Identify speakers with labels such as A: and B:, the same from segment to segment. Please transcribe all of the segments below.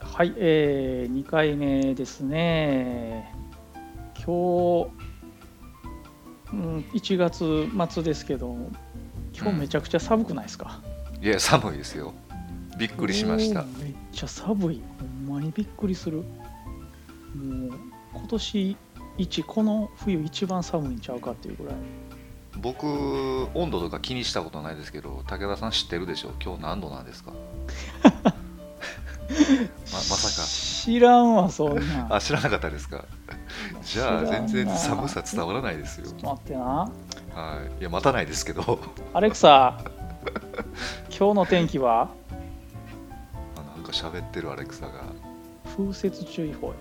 A: はい、えー、2回目ですね。今日、うん、1月末ですけど、今日めちゃくちゃ寒くないですか、
B: いや寒いですよびっくりしました
A: おーめっちゃ寒いほんまにびっくりするもう今年一この冬一番寒いんちゃうかっていうぐらい
B: 僕温度とか気にしたことないですけど武田さん知ってるでしょ今日何度なんです かままさか
A: 知らんわそんなん
B: あ知らなかったですかじゃあ
A: 知らん
B: 全
A: な
B: 然寒さ伝わらないですよ
A: ちょっと待ってな
B: はいいや待たないですけど
A: アレクサ今日の天気は
B: あなんか喋ってるアレクサが
A: 風雪注意報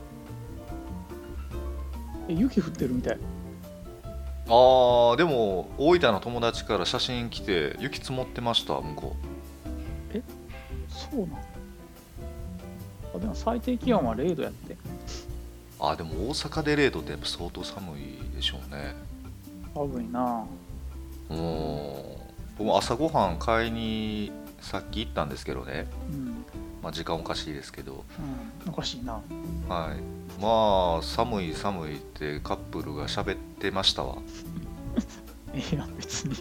A: え雪降ってるみたい
B: あーでも大分の友達から写真来て雪積もってました向こ
A: そうなのあでも最低気温は0度やって
B: うあでも大阪で0度ってやっぱ相当寒いでしょうね
A: 寒いな
B: もう僕も朝ごはん買いにさっき行ったんですけどね、
A: うん、
B: まあ、時間おかしいですけど、
A: うん、おかしいな
B: はい、まあ寒い寒いってカップルが喋ってましたわ
A: ええやん別に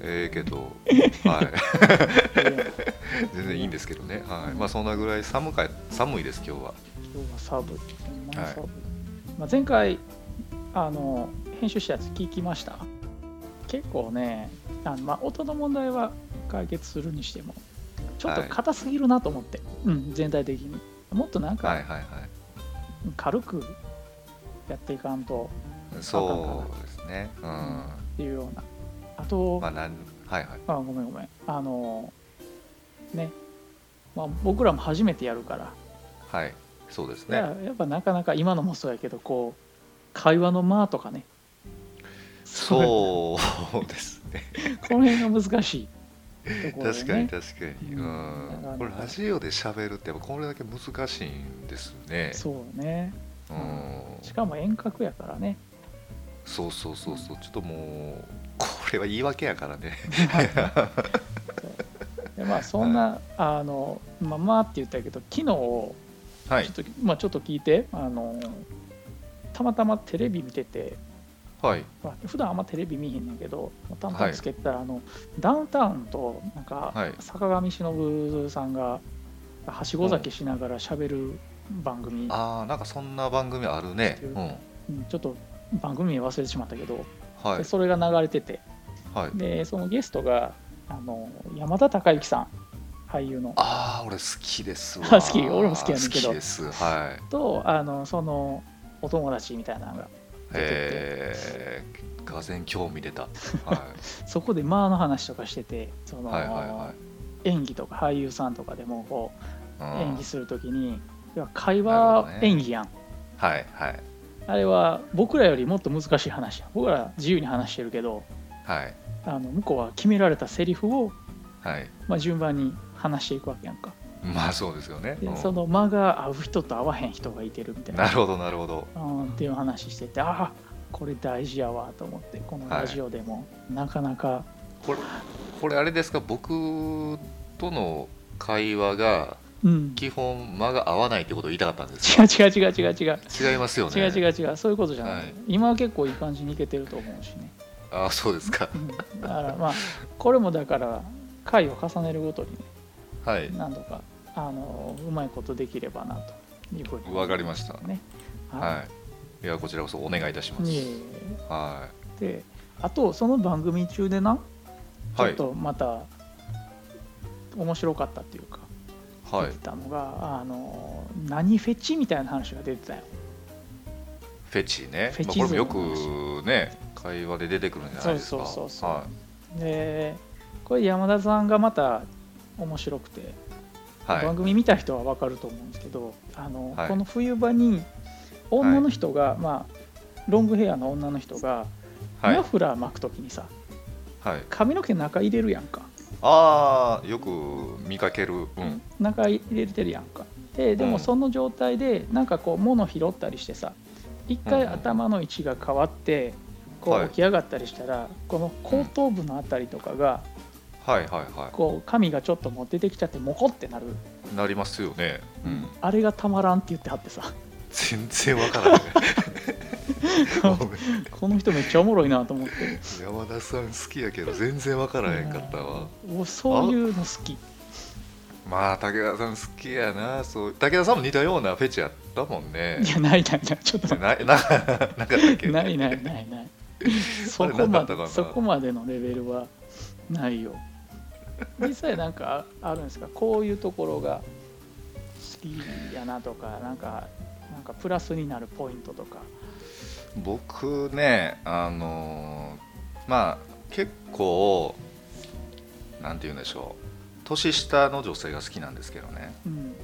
B: ええけど、はい、
A: ええやん今
B: 全然いいんですけどね、はいまあ、そんなぐらい寒かい寒いです今日は
A: 日は寒いほんまに寒い、まあ、前回あの編集したやつ聞きました結構ねあの、まあ、音の問題は解決するにしてもちょっと
B: はい
A: 硬すぎるなと思って、うん、全体的にもっとなん
B: はい
A: か
B: はいはい
A: 軽くやっていかんと
B: そうですねうん
A: っていうようなあと、
B: まあなんはいはい
A: あごめんごめんあのね、まあ、僕らも初めてやるから
B: はいそうです
A: いや
B: ね
A: やっぱなかなか今のもそうやけどこう会話の間とかねう
B: そうですね
A: いう この辺が難しいところで、
B: 確かに
A: ね、
B: 確かに、う
A: うん
B: ん、これラジオで喋るってやっぱこれだけ難しいんですね
A: そうね
B: う
A: うんしかも遠隔やから ね
B: そうそうそうそうちょっともうこれは言い訳やからね
A: そうでまあそんな、あのまあまあって言ったけど昨日ちょ
B: は
A: っと、まあ、ちょっと聞いてあのたまたまテレビ見てて
B: はい
A: まあ、普段あんまテレビ見へんねんけどたまたまつけてたら、あのダウンタウンとなんか、
B: はい
A: 坂上忍さんがはしご酒しながら喋る番組、
B: ああなんかそんな番組ある
A: 知
B: ね
A: って
B: う
A: る
B: ん
A: うんちょっと番組名忘れてしまったけど、
B: はい
A: でそれが流れてて
B: はい
A: でそのゲストがあの山田孝之さん俳優の
B: ああ俺好きですわ
A: 好き俺も好きやねんけど
B: 好きですはい
A: とあのそのお友達みたいなのが
B: えー、がぜ興味出 た、は
A: そこで間の話とかしててそ
B: い、
A: の、
B: はいは
A: 演技とか俳優さんとかでもこう
B: いはい、うん
A: 演技するときに、いや会話演技やん、
B: はいはい
A: あれは僕らよりもっと難しい話や僕ら自由に話してるけど
B: はい
A: あの向こうは決められたセリフを、
B: はい
A: まあ、順番に話していくわけやんか
B: まあそうですよね、
A: で
B: うん
A: その間が合う人と合わへん人がいてるみたい
B: な
A: な
B: るほどなるほど
A: うんっていう話しててああこれ大事やわと思ってこのラジオでも、なかなか
B: これこれあれですか僕との会話が
A: うん
B: 基本間が合わないってことを言いたかったんです
A: 違う違う違う違う違う
B: 違いますよね
A: 違う
B: う
A: 違う違うそういうことじゃない、
B: はい
A: 今は結構いい感じにいけてると思うしね
B: ああそうですか
A: うんだからまあこれもだから回を重ねるごとにね
B: はい
A: 何度かあのうまいことできればなというふうに
B: わかりました
A: ねは
B: はいいやこちらこそお願いいたしま
A: い
B: す
A: いえい
B: は
A: えであとその番組中でないちょ
B: は
A: っ
B: い
A: とまた面白かったっていうか、
B: は
A: 言
B: い
A: ってたのがあの何フェチみたいな話が出てたよ
B: フェチね
A: フェ
B: まあ
A: チ
B: これも
A: 像
B: よ
A: の話
B: くね会話で出てくるんじゃないです
A: そ
B: か
A: うそうそうそう
B: は
A: でこれ山田さんがまた面白くて、
B: いは
A: 番
B: い
A: 組見た人は分かると思うんですけどあの、
B: はい
A: この冬場に女の人が、まあ、ロングヘアの女の人が、
B: はい
A: マフラー巻くときにさ
B: はい
A: 髪の毛中入れるやんか
B: ああよく見かけるうん
A: 中入れてるやんかでで
B: う
A: も
B: ん
A: その状態でなんかこう物拾ったりしてさ一
B: う
A: 回
B: んうん
A: 頭の位置が変わってこ
B: は
A: う
B: い
A: 起き上がったりしたら、この後頭部のあたりとかが
B: はいはいは
A: こう紙がちょっともう出てきちゃってモコってなる
B: いなりますよね、うん、
A: あれがたまらんって言ってはってさ
B: 全然わからないごめん
A: この人めっちゃおもろいなと思って
B: 山田さん好きや けど全然わからへんかったわ
A: おそういうの好き
B: まあ武田さん好きやなそう武田さんも似たようなフェチやったもんね
A: いやないないないちょっと待
B: なななかったっ
A: って
B: け
A: ないないない ないそこ
B: なか
A: ま
B: ったか
A: で
B: な
A: そこまでのレベルはないよ実際なんかああるんですかこういうところが好きやなとかなんかなんかプラスになるポイントとか
B: 僕ねあのーまあ結構なんて言うんでしょう年下の女性が好きなんですけどね
A: うん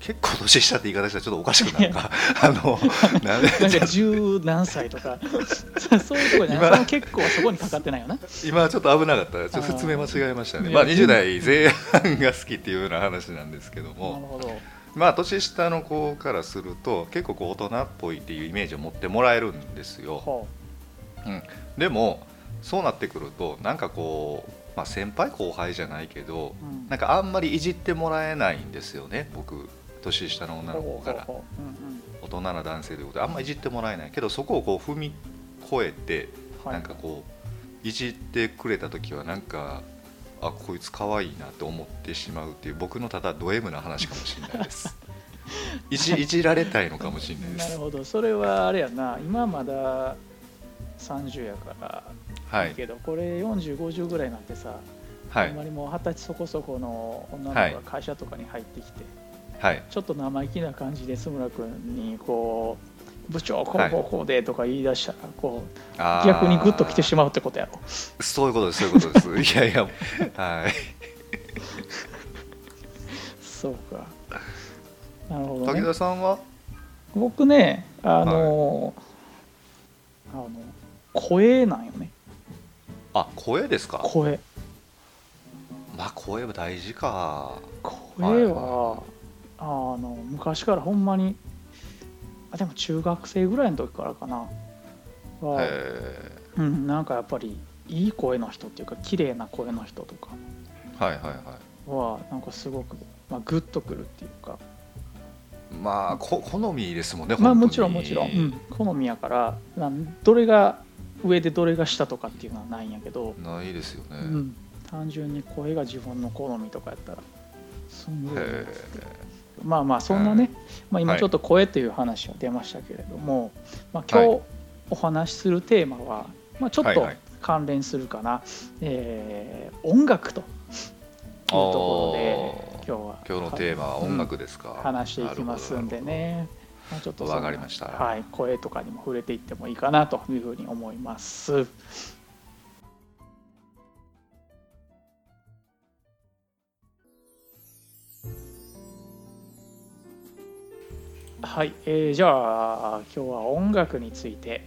B: 結構年下って言い方したらちょっとおかしくなるか あのなんで
A: なんか十何歳と かそそういうところじゃない
B: 今
A: その結構はそこにかかってないよな
B: 今ちょっと危なかったちょっと説明間違えましたねまあ
A: ね
B: 20代前半が好きっていうような話なんですけど
A: なる
B: も
A: ほど
B: まあ年下の子からすると結構こう大人っぽいっていうイメージを持ってもらえるんですよ
A: ほ
B: でもそうなってくるとなんかこう、まあ、先輩後輩じゃないけど
A: う、うん
B: なんかあんまりいじってもらえないんですよね僕年下の女の子か
A: ほ
B: ら
A: うほうほううんうん
B: 大人な男性ということであんまりいじってもらえないけどそこをこう踏み越えて
A: はい
B: なんかこういじってくれた時はなんかあこいつ可愛いなと思ってしまうっていう僕のただド M な話かもしれないです いじいじられたいのかもしれないで
A: なる
B: す
A: ほどそれはあれやな今まだ30やから
B: はい
A: い
B: い
A: けど、これ4050ぐらいになってさ、
B: は
A: あん
B: い
A: まりもう二十歳そこそこの女の
B: はい
A: 子が会社とかに入ってきて、
B: はい
A: ちょっと生意気な感じで須村君にこう部長こうこうこうでとか言い出したらこう、
B: あー
A: 逆にグッと来てしまうってことやろ
B: そういうことですそういうこ とですいやいやはい
A: そうかなるほど、
B: 武
A: ね
B: 田、さんは
A: 僕ねあの,、あの声なんよね
B: あ声ですか
A: 声
B: まあ声は大事か
A: 声は、あの昔からほんまにあでも中学生ぐらいの時からかなは、
B: へ
A: うん、なんかやっぱりいい声の人っていうか綺麗な声の人とか
B: ーはいはいはい
A: はなんかすごく、まあ、グッとくるっていうか
B: まあこ好みですもんね
A: まあ
B: 本当に
A: もちろんもちろん、うん、好みやからなんどれが上でどれが下とかっていうのはないんやけど、
B: ないですよね、
A: うん、単純に声が自分の好みとかやったらすんごいなって
B: へ
A: まあまあそんなね、
B: はい
A: まあ、今
B: はい
A: ちょっと声という話は出ましたけれども、まあ、今
B: は
A: 日お話しするテーマは、まあ、ちょっ
B: はい
A: と
B: はい
A: 関連するかな、えー音楽というところで
B: あ
A: 今
B: ー
A: 日は
B: 今日のテーマは音楽ですか、
A: 話していきますんでね、まあ、ちょっとそんな
B: わかりました
A: はい、声とかにも触れていってもいいかなというふうに思います。はい、えーじゃあ今日は音楽について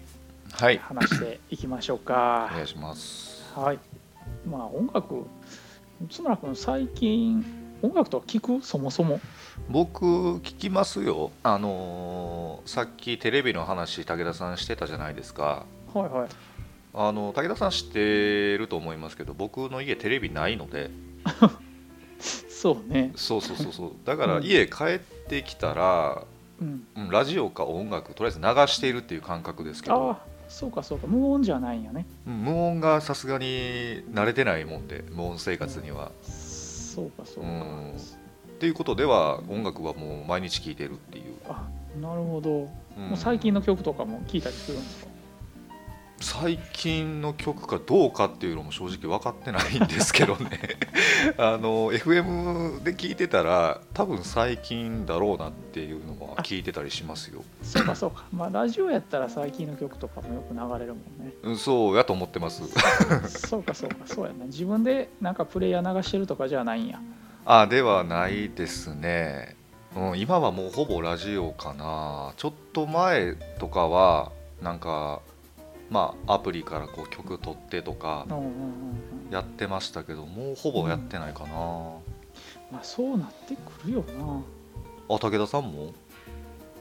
B: なるほど
A: 話していきましょうか
B: はいお。願いします
A: はい。まあ音楽、津村君最近音楽とか聞くそもそも。
B: 僕聞きますよあのーさっきテレビの話武田さんしてたじゃないですか
A: はいはい。
B: あの武田さん知ってると思いますけど僕の家テレビないので
A: そうね。
B: そうそうそうそう だから家帰ってきたら、
A: うん。
B: うんラジオか音楽とりあえず流しているっていう感覚ですけ
A: あ
B: ど
A: あ、そうかそうか。無音じゃないんやね。
B: うん無音がさすがに慣れてないもんで無音生活には、
A: そうかそうか。
B: うんっていうことでは音楽はもう毎日聴いてるっていう、
A: あ、なるほど。
B: うん
A: もう最近の曲とかも聞いたりするんですか。
B: 最近の曲かどうかっていうのも正直分かってないんですけど ねあの FM で聞いてたら多分最近だろうなっていうのは聞いてたりしますよ
A: そうかそうか。 まあラジオやったら最近の曲とかもよく流れるもんね。
B: うんそうやと思ってます
A: そうかそうかそうやな。自分でなんかプレイヤー流してるとかじゃないんや。
B: あではないですね、うん、今はもうほぼラジオかなちょっと前とかはなんかまあアプリからこう曲取ってとか
A: うんうんうんうん。
B: やってましたけどもうほぼやってないかな、
A: まあそうなってくるよな。
B: あ武田さんも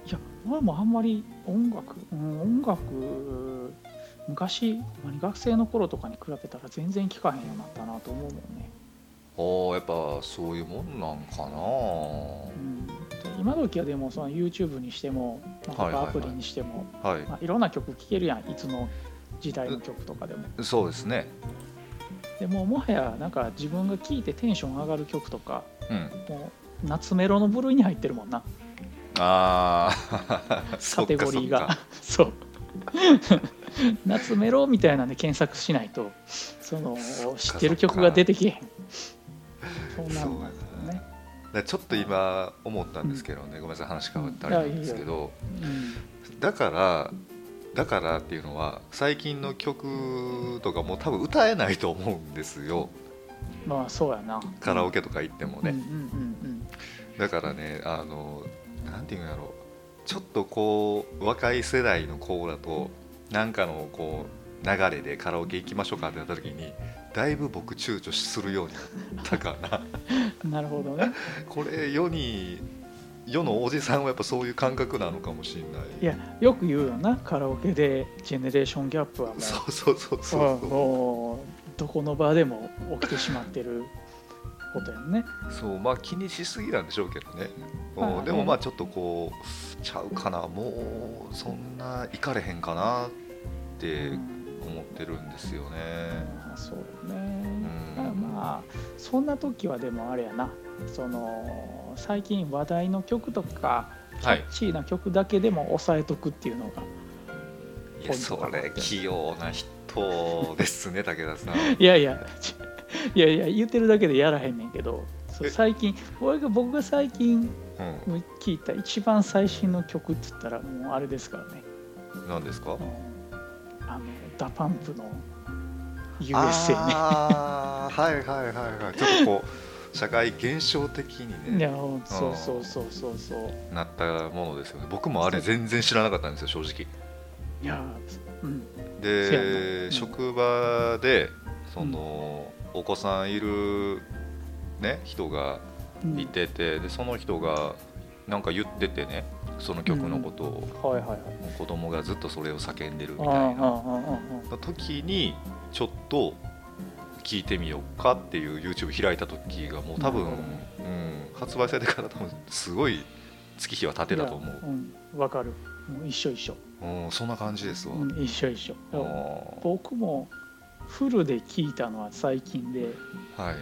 A: いや、俺もあんまり音楽、うん、音楽昔ほんまに学生の頃とかに比べたら全然聞かへんようになったなと思うもんね、
B: ああやっぱそういうもんなんか
A: う、
B: なん
A: で今時はでもその YouTube にしてもなん
B: はい
A: か
B: はい
A: ア
B: はい
A: プリにしても、い
B: はい
A: まあ、いろんな曲聴けるやんいつの時代の曲とかでも
B: そうですね
A: でもうもはやなんか自分が聴いてテンション上がる曲とか
B: うん
A: もう夏メロの部類に入ってるもんな
B: ああ
A: カテゴリーが そう夏メロみたいなんで検索しないとその
B: そっか
A: 知ってる曲が出てけへんそんなもんなんですよね
B: だから ちょっと今思ったんですけどね、ごめんなさい話変わってあれなんですけど、だからだからっていうのは最近の曲とかもう多分歌えないと思うんですよ
A: うん、まあそうやな
B: カラオケとか行ってもね、
A: うんうんうんうん
B: だからねあのなんていうんやろうちょっとこう若い世代の子だとなんかのこう流れでカラオケ行きましょうかってなった時にだいぶ僕躊躇するようになったか な
A: なるほどね
B: これ世に世のおじさんはやっぱそういう感覚なのかもしれない
A: いやよく言うよなカラオケでジェネレーションギャップはもう
B: そうそうそうそう
A: うん
B: そ
A: もうどこの場でも起きてしまってることやんね
B: うそうまあ気にしすぎなんでしょうけどね、
A: まあね
B: うんでもまあちょっとこうちゃうかなもうそんな行かれへんかなっ
A: う
B: て
A: ん
B: 思ってるんですよね、
A: まあそうよね、
B: ん
A: だからまあそんな時はでもあれやなその最近話題の曲とかキ
B: はい
A: ャッチーな曲だけでも抑えとくっていうのが、
B: いやそれ器用な人ですね武田さん
A: いやいや、ちいやいや、言ってるだけでやらへんねんけど、そう
B: え
A: 最近、俺が僕が最近
B: う
A: 聴いた一番最新の曲っつったら、もうあれですからね、
B: ん何です
A: あ
B: か
A: のあのダパンプの USA
B: あーはいはいはいはいちょっとこう社会現象的に
A: ね。いや
B: ね、
A: そうそうそうそうそう。
B: なったものですよね僕もあれ全然知らなかったんですよ正直
A: いや、うん、そうやなう
B: で
A: ん
B: 職場でその、お子さんいるね人が
A: うん
B: いててでその人がなんか言っててねその曲のことを、
A: はいはいはい。
B: 子供がずっとそれを叫んでるみ
A: あ
B: た
A: あ
B: い
A: あああ
B: な
A: あ
B: の時にちょっと聞いてみようかっていう YouTube 開いた時がもう多分、
A: なるほ
B: うん、発売されてから多分すごい月日は経
A: あ
B: てたと思
A: いやうん、わかる。もう一緒一緒。
B: う、うん、そんな感じですわ、
A: うん、一緒一緒。
B: あー
A: 僕もフルで聞いたのは最近で、
B: はい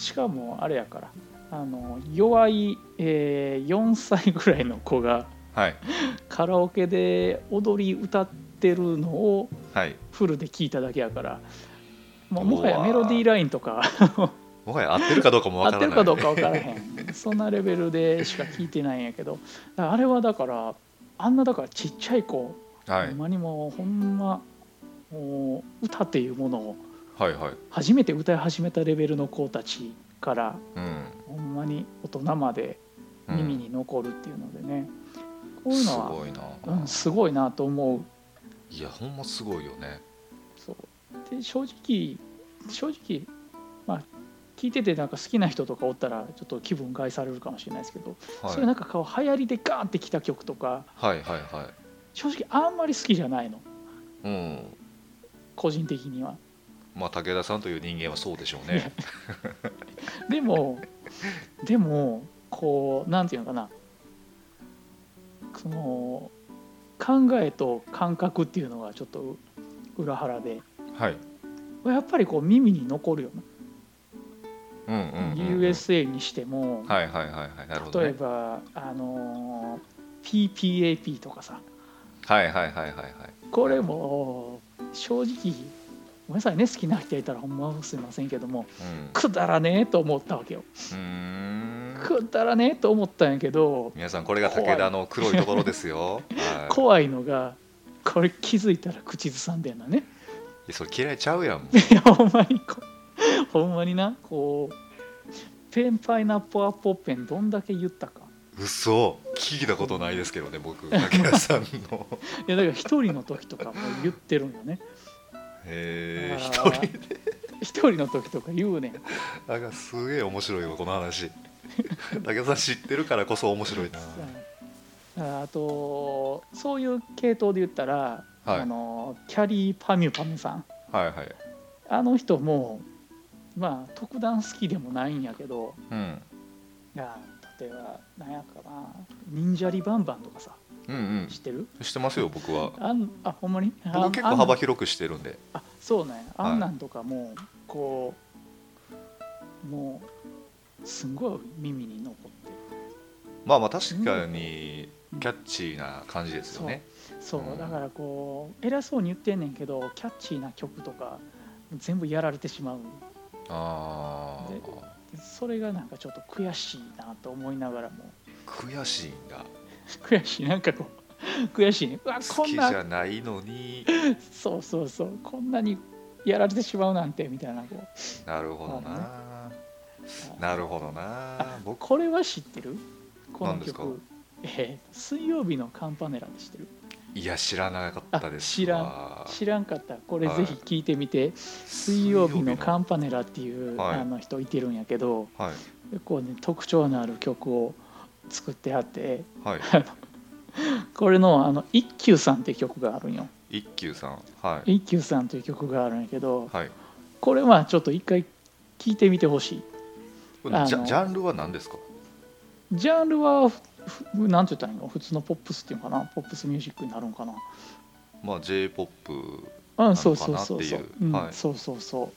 A: しかもあれやから。あの弱い、えー4歳ぐらいの子が
B: はい
A: カラオケで踊り歌ってるのを
B: はい
A: フルで聞いただけやからもう
B: うわー
A: もはやメロディーラインとか
B: もはや合ってるかどうかも
A: 合
B: わか
A: って
B: ら
A: るか
B: ない
A: どうか分からへんそんなレベルでしか聞いてないんやけどだからあれはだからあんなだからちっちゃい子、
B: は
A: ほ
B: い
A: んまにもうほんまもう歌っていうものを
B: はいはい
A: 初めて歌い始めたレベルの子たちから
B: うん
A: ほんまに大人まで
B: うん
A: 耳に残るっていうのでね、こういう
B: す
A: のは
B: ごいな、
A: うん、すごいなと思う
B: いやほんますごいよね
A: そうで正直正直まあ聞いててなんか好きな人とかおったらちょっと気分害されるかもしれないですけど、
B: はい
A: そういうなんかこう流行りでガーンってきた曲とか
B: はいはいは
A: 正直あんまり好きじゃないの
B: いうん
A: 個人的には
B: まあ武田さんという人間はそうでしょうね
A: で もでもこうなんていうのかなその考えと感覚っていうのがちょっと裏腹で
B: はい
A: やっぱりこう耳に残るよ
B: うんう
A: な、
B: んうん、うん、
A: USA にしても、
B: はいはいはいはいなるほど、ね、
A: 例えば、あのー PPAP とかさ
B: はいはいはいはいはい
A: これも正直ごめんなさいね好きな人いたらほんますいませんけども
B: うん
A: くだらねえと思ったわけよ
B: うーん
A: くだらねえと思ったんやけど
B: 皆さんこれが武田の黒いところですよ、は
A: 怖いのがこれ気づいたら口ずさんでんのね
B: い、それ嫌いちゃうやんも
A: いやほんまにこほんまになこうペンパイナッポアポッペンどんだけ言ったか
B: う嘘聞いたことないですけどね僕武田さん の
A: いやだから一人の時とかも言ってるんよね
B: えー、
A: あ
B: 一
A: ー
B: 人で
A: 一人の時とか言うねん
B: なんか すげえ面白いわこの話武田さん知ってるからこそ面白いな
A: さだからあとそういう系統で言ったら、
B: はい
A: あのキャリーパミュパミュさん
B: はいはい
A: あの人もまあ特段好きでもないんやけど
B: うん
A: いや例えば何やかな「忍者リバンバン」とかさ
B: うんうん
A: 知ってる
B: してますよ僕は
A: あんあほんまにあ
B: 僕結
A: あん
B: 構幅広くしてるんで
A: あそうね
B: はい
A: あんなんとかもうこうもうすんごい耳に残って
B: まあまあ確かにキャッチーな感じですよね
A: るそううんだからこう偉そうに言ってんねんけどキャッチーな曲とか全部やられてしまう
B: あ
A: で
B: あ
A: でそれがなんかちょっと悔しいなと思いながらも
B: 悔しいんだ
A: 悔しいなんかこう悔しいねうわ
B: 好
A: こ
B: き
A: ん
B: じ
A: な
B: ゃないのに
A: そうそうそうこんなにやられてしまうなんてみたいなこう
B: なるほどななるほどな僕
A: これは知ってるこの
B: 何ですか
A: 曲えー水曜日のカンパネラって知ってる
B: いや知らなかったです
A: あ知らん
B: わ
A: 知らんかったらこれ
B: はい
A: ぜひ聞いてみて、水曜日のカ
B: ン
A: ンパネラっていう、
B: はい
A: あの人いてるんやけど
B: はい
A: 結構ね特徴のある曲を作ってあって
B: はい
A: これのあの一休さんっていう曲があるんよ
B: 一休さんはい
A: 一休さんという曲があるんやけど
B: はい
A: これはちょっと一回聞いてみてほしい
B: これジ
A: あ
B: ャ
A: の
B: ジャンルは何ですか
A: ジャンルはふふなんて言ったらいいの普通のポップスっていうのかなポップスミュージックになるのかな
B: まあ J−POP
A: うんそうそうそうそう
B: なのかなっていう
A: うん
B: はい
A: そうそうそう
B: へ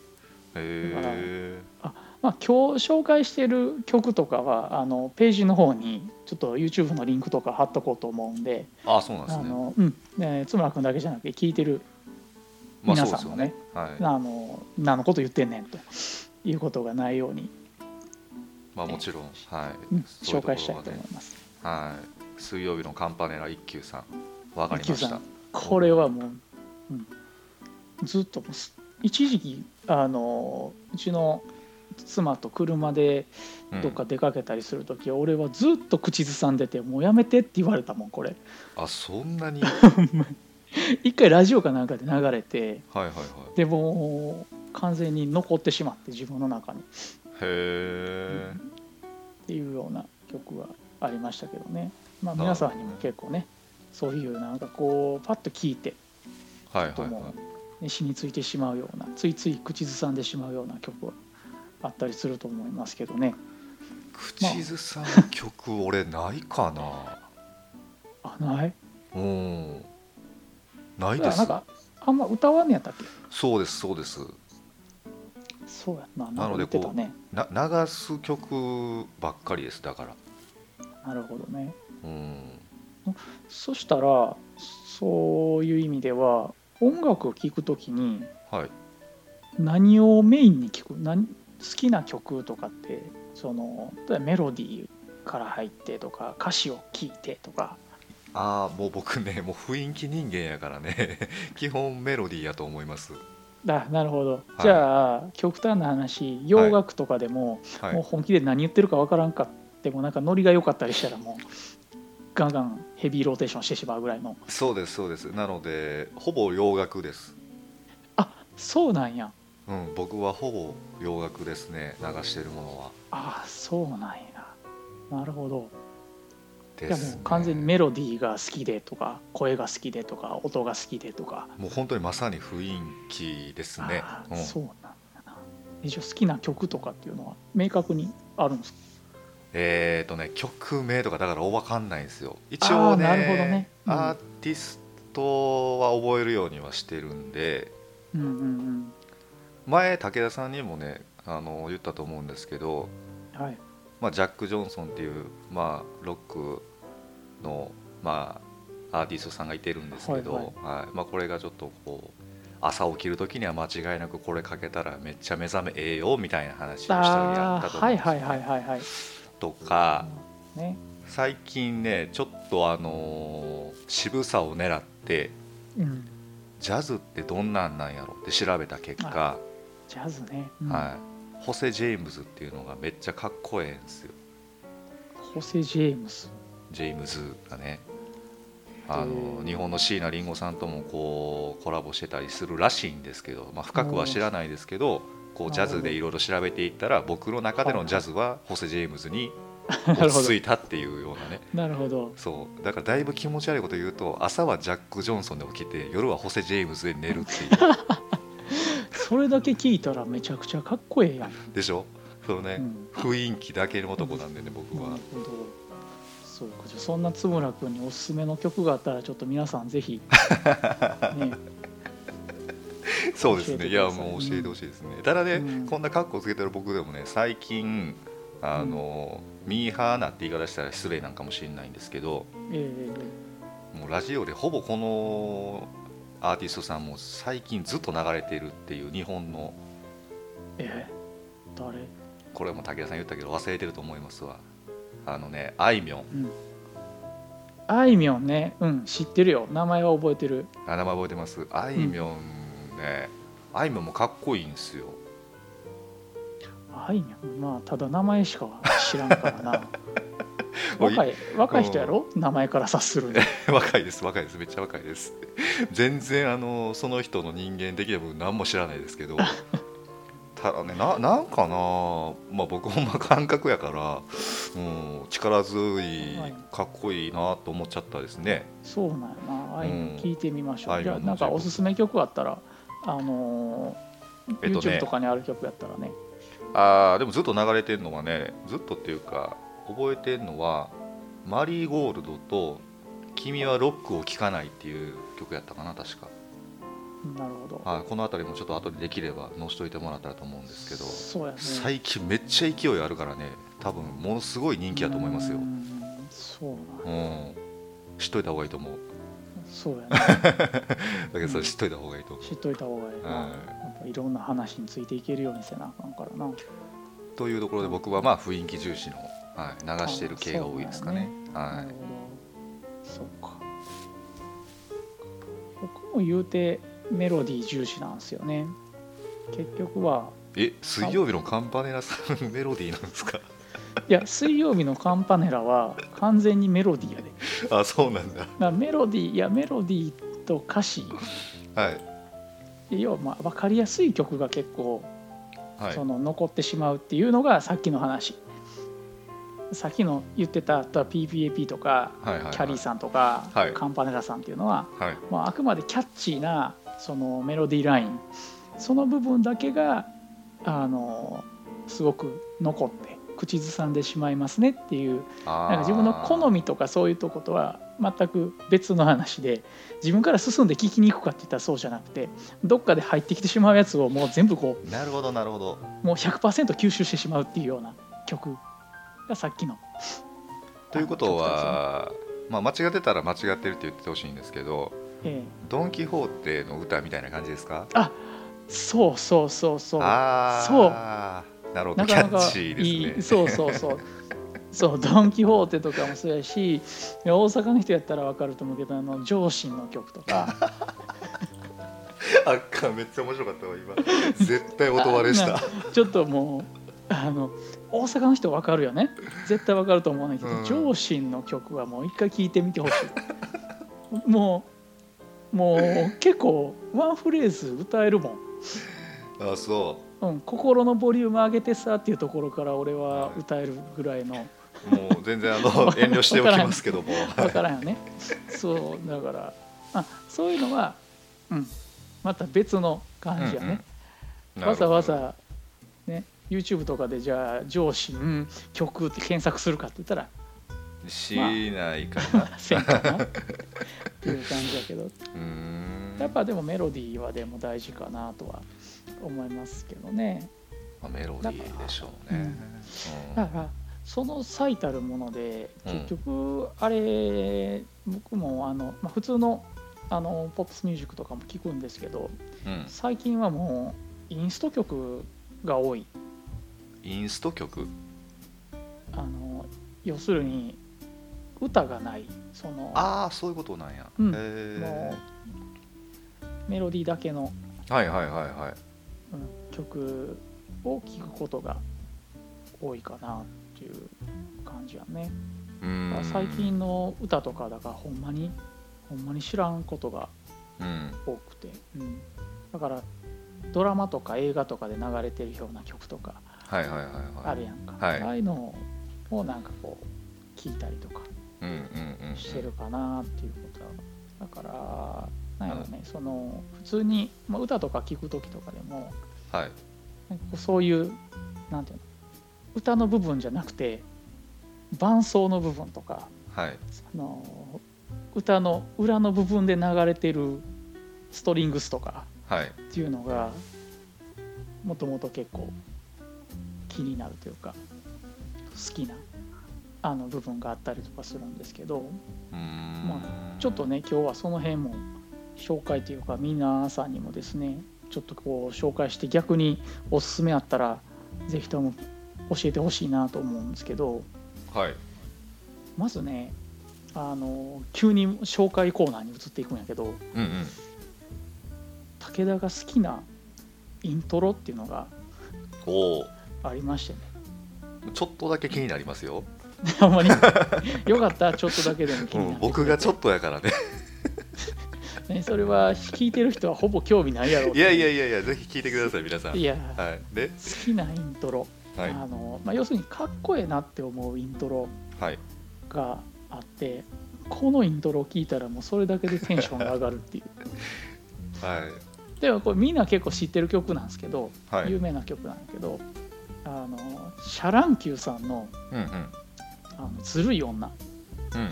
B: え
A: まあ、今日紹介している曲とかはあのページの方にちょっと YouTube のリンクとか貼っとこうと思うんで
B: あそうなんで
A: あ
B: すね
A: の、うんえー、津村君だけじゃなくて聞いてる
B: まあ
A: 皆
B: そう
A: さ
B: です
A: ん
B: よ
A: も
B: ね
A: ね
B: はい
A: あの何のこと言ってんねんということがないように、
B: まあもちろんは
A: うん
B: いそう
A: 紹
B: うところはね
A: 介したいと思います。
B: はい水曜日のカンパネラ一休さんわかりまし
A: 一休さ
B: た
A: んこれはもう、うん、ずっともうす一時期あのうちの妻と車で
B: うん
A: どっか出かけたりするとき、俺はずっと口ずさんでて「もうやめて」って言われたもんこれ。
B: あそ んなに
A: 一回ラジオかなんかで流れて
B: はいはいはい
A: でもう完全に残ってしまって自分の中にっ
B: へえ
A: ていうような曲がありましたけどね、まあ、皆さんにも結構ねそういうなんかこうパッと聞いて、
B: はいはい
A: と
B: はい
A: もね、死についてしまうようなついつい口ずさんでしまうような曲があったりすると思いますけどね
B: 口ずさん曲俺ないかな
A: あない
B: うんないで
A: なん
B: す
A: かあんま歌わんねやったっけ
B: そうですそうです
A: そうやんなな
B: なん
A: か言
B: ので
A: ってたね
B: な流す曲ばっかりですだから
A: なるほどね
B: うん
A: そしたらそういう意味では音楽を聴くときに
B: はい
A: 何をメインに聴く何好きな曲とかってその例えばメロディーから入ってとか歌詞を聴いてとか
B: ああもう僕ねもう雰囲気人間やからね 基本メロディーやと思います
A: だなるほど、
B: い
A: じゃあ極端な話洋楽とかでも、
B: は
A: もう
B: い
A: 本気で何言ってるかわからんかってもなんかノリが良かったりしたらもうガンガンヘビーローテーションしてしまうぐらいの
B: そうですそうですなのでほぼ洋楽です
A: あそうなんや
B: うん僕はほぼ洋楽ですね流してるものは
A: あそうなんやなるほどい
B: で
A: や
B: す、ね、
A: もう完全にメロディーが好きでとか声が好きでとか音が好きでとか、
B: もう本当にまさに雰囲気ですね
A: あー
B: うん
A: そうなんだな一応好きな曲とかっていうのは明確にあるんですか
B: えーとね曲名とかだからわかんないんですよ一
A: あー
B: 応ね
A: なるほどねうん
B: アーティストは覚えるようにはしてるんで
A: うんうんうん
B: 前武田さんにもねあの言ったと思うんですけど、
A: はい
B: まあ、ジャック・ジョンソンっていう、まあ、ロックの、まあ、アーティストさんがいてるんですけど、
A: は
B: はいい
A: はい
B: まあ、これがちょっとこう朝起きる時には間違いなくこれかけたらめっちゃ目覚めええよみたいな話をしたりや
A: あ
B: った
A: ー
B: と思う
A: は
B: ん
A: い
B: ですよ
A: はいはいはいはい
B: とか。
A: ね
B: 最近ねちょっとあのー渋さを狙って
A: うん
B: ジャズってどんなんなんやろって調べた結果、
A: ジャズね、うん
B: はい、ホセ・ジェームズっていうのがめっちゃかっこええんですよ
A: ホセ・ジェームス
B: ジェームズがねあ
A: へ
B: の
A: え
B: 日本の椎名林檎さんともこうコラボしてたりするらしいんですけど、まあ、深くは知らないですけどこ
A: お
B: う
A: ー
B: ジャズでいろいろ調べていったら僕の中でのジャズはホセ・ジェームズに落ち着いたっていうようなね
A: なるほど
B: そうだからだいぶ気持ち悪いこと言うと朝はジャック・ジョンソンで起きて夜はホセ・ジェームズで寝るっていう
A: それだけ聞いたらめちゃくちゃかっこええやん、
B: でしょそのね、
A: うん
B: 雰囲気だけの男なんでね僕
A: な
B: は
A: るほどそうかじゃあそんな津村君におすすめの曲があったらちょっと皆さんぜ ひ、ね、
B: そうですねいやもう
A: 教
B: 教
A: え
B: え
A: て
B: て
A: ください
B: ほしいですねただね、
A: うん
B: こんな格好つけてる僕でもね最近あの、ミーハーなって言い方したら失礼なんかもしれないんですけど
A: え
B: もうラジオでほぼこのアーティストさんも最近ずっと流れてるっていう日本の
A: えええ誰
B: これも武田さん言ったけど忘れてると思いますわあのねあいみょん
A: うんあいみょんねうん知ってるよ名前は覚えてる
B: あ名前覚えてますあいみょんね、あいみょんもかっこいいんですよ
A: あいみょんまあただ名前しか知らんから な
B: おい
A: 若い若い人やろ名前から察するに
B: 若いです若いですめっちゃ若いです 全然あのその人の人間的な部分何も知らないですけどただねななんかな、まあ、僕ほんま感覚やから、うん、力強い
A: はい
B: かっこいいなと思っちゃったですね
A: そうなんやなあいみょん聞いてみましょう、
B: うん
A: じゃ
B: あ
A: あ
B: いみょ
A: な
B: んの
A: んかおすすめ曲あったらあのー
B: えっとね
A: YouTube とかにある曲やったらね
B: あーでもずっと流れてるのはねずっとっていうか覚えてるのは「マリーゴールド」と「君はロックを聴かない」っていう曲やったかな確か
A: なるほど
B: あーこの辺りもちょっと後でできれば載せといてもらったらと思うんですけど
A: そうやね
B: 最近めっちゃ勢いあるからね多分ものすごい人気だと思いますよ
A: うーんそう
B: う
A: なん
B: ん知っといた方がいいと思う
A: そうやね
B: だけどそれ知っといた方がいいと 思う、
A: 知っといた方がいいな、
B: はい
A: やっぱいろんな話についていけるようにせなあかんからな
B: というところで僕はまあ雰囲気重視の、はい、流してる系が多いですかね
A: な
B: は
A: るほ
B: い
A: どそうか僕も言うてメロディー重視なんですよね結局は
B: え水曜日のカンパネラさんメロディーなんですか
A: いや水曜日のカンパネラは完全にメロディーやでだか
B: あそうなんだ
A: らメロディーいやメロディーと歌詞
B: はい
A: 要はまあ分かりやすい曲が結構
B: はい
A: その残ってしまうっていうのがさっきの話さっきの言ってたあとは PPAP とか
B: はいはいはい
A: キャリーさんとか、
B: はい
A: カンパネラさんっていうのは、
B: はい
A: まあ、あくまでキャッチーなそのメロディーラインその部分だけがあのすごく残って口ずさんでしまいますねっていう
B: あ
A: なんか自分の好みとかそういうとことは全く別の話で自分から進んで聞きに行くかって言ったらそうじゃなくてどっかで入ってきてしまうやつをもう全部こう
B: みなるほどなるほど
A: もう100%吸収してしまうっていうような曲がさっきの。
B: ということは、まあ、間違ってたら間違ってるって言ってほしいんですけど
A: ええ
B: ドン・キホーテの歌みたいな感じですか
A: そうそうそうそう
B: ああなるほど
A: な
B: キ
A: か
B: ャ
A: なか
B: ッチー
A: いい
B: です
A: そ
B: ね
A: うそうそう そうドン・キホーテとかもそうやしいや大阪の人やったら分かると思うけどあの上心の曲とか
B: あっかめっちゃ面白かったわ今絶対音割れし
A: あ
B: た
A: ん なちょっともうあの大阪の人分かるよね絶対分かると思うねんだけど、
B: うん
A: 上心の曲はもう一回聴いてみてほしいもうもう結構ワンフレーズ歌えるもん
B: あそ
A: うん、心のボリューム上げてさっていうところから俺は歌えるぐらいの
B: うもう全 然あの遠慮しておきますけども
A: 分からんよねそうだからあそういうのは、うん、また別の感じやね、
B: うんうん
A: わざわ
B: なる
A: ざ、ね、YouTube とかでじゃあ上司うん曲って検索するかって言ったら
B: ほどしないかな、
A: せんか なっていう感じやけど
B: うーん
A: やっぱでもメロディーはでも大事かなとは思いますけどね
B: まあメロディーでしょうね、うん
A: だからその最たるもので結局あれ僕もあの、まあ、普通のあのポップスミュージックとかも聞くんですけど
B: うん
A: 最近はもうインスト曲が多い
B: インスト曲
A: あの要するに歌がないその
B: ああそういうことなんや、
A: うん
B: へー
A: もメロディーだけの、
B: はいはいはいはい
A: うん曲を聴くことが多いかなっていう感じやね。
B: うーん
A: 最近の歌とかだからほんまにほんまに知らんことが
B: うん
A: 多くて、うん、だからドラマとか映画とかで流れてるような曲とか
B: はいはいはいはい
A: あるやんか、
B: はい
A: ああいうのををなんかこう聞いたりとか
B: うんうんうん
A: してるかなっていうことはだからなんやろねその普通に、まあ、歌とか聞く時とかでも
B: はい
A: なんかこうそういうなんていうの歌の部分じゃなくて伴奏の部分とか
B: はい
A: その歌の裏の部分で流れてるストリングスとか
B: はい
A: っていうのがもともと結構気になるというか好きなあの部分があったりとかするんですけど
B: うーん
A: ちょっとね今日はその辺も紹介というか皆さんにもですねちょっとこう紹介して逆におすすめあったら是非とも教えてほしいなと思うんですけど
B: はい
A: まずねあの急に紹介コーナーに移っていくんやけど
B: うんうん
A: 武田が好きなイントロっていうのが
B: おお
A: ありましてね
B: ちょっとだけ気になりますよ、
A: あんまりよかったちょっとだけでも気
B: う
A: になって
B: ん、僕がちょ
A: っ
B: っとやか らね
A: と、ね、それは聞いてる人はほぼ興味ないやろう
B: いやい
A: や
B: やいやいやぜひ聞いてください皆さん
A: いや
B: はいで
A: 好きなイントロ、
B: はい
A: あのまあ、要するにかっこええなって思うイントロ
B: はい
A: があってこのイントロを聞いたらもうそれだけでテンションが上がる っていう
B: はい
A: でもこれみんな結構知ってる曲なんですけど、
B: はい
A: 有名な曲なんだけどあのシャランキューさんの
B: うんうん
A: 「あのずるい女
B: うん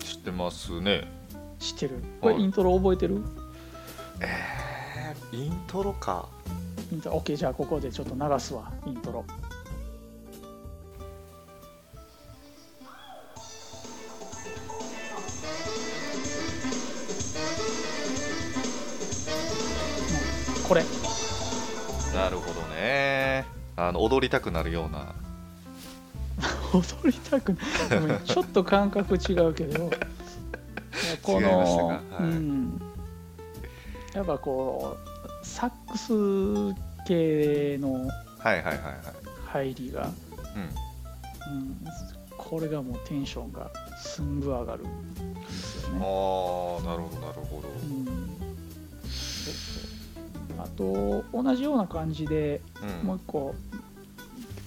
B: 知ってますね」
A: 知ってるこれ
B: はい
A: イントロ覚えてる
B: えー、イントロか
A: イントロ OK じゃあここでちょっと流すわイントロもうこれ
B: なるほどねあの踊りたくなるような
A: 踊りたくないごめんちょっと感覚違うけ どこ
B: 違いましたか
A: の
B: は、い
A: うん、やっぱこうサックス系の
B: はいはいはいはい
A: 入りが、
B: うん
A: うん、これがもうテンションがすんぐ上がるんですよ
B: ああ
A: ね。
B: なるほどなるほど
A: うんそうそうあと同じような感じで
B: うん
A: もう一個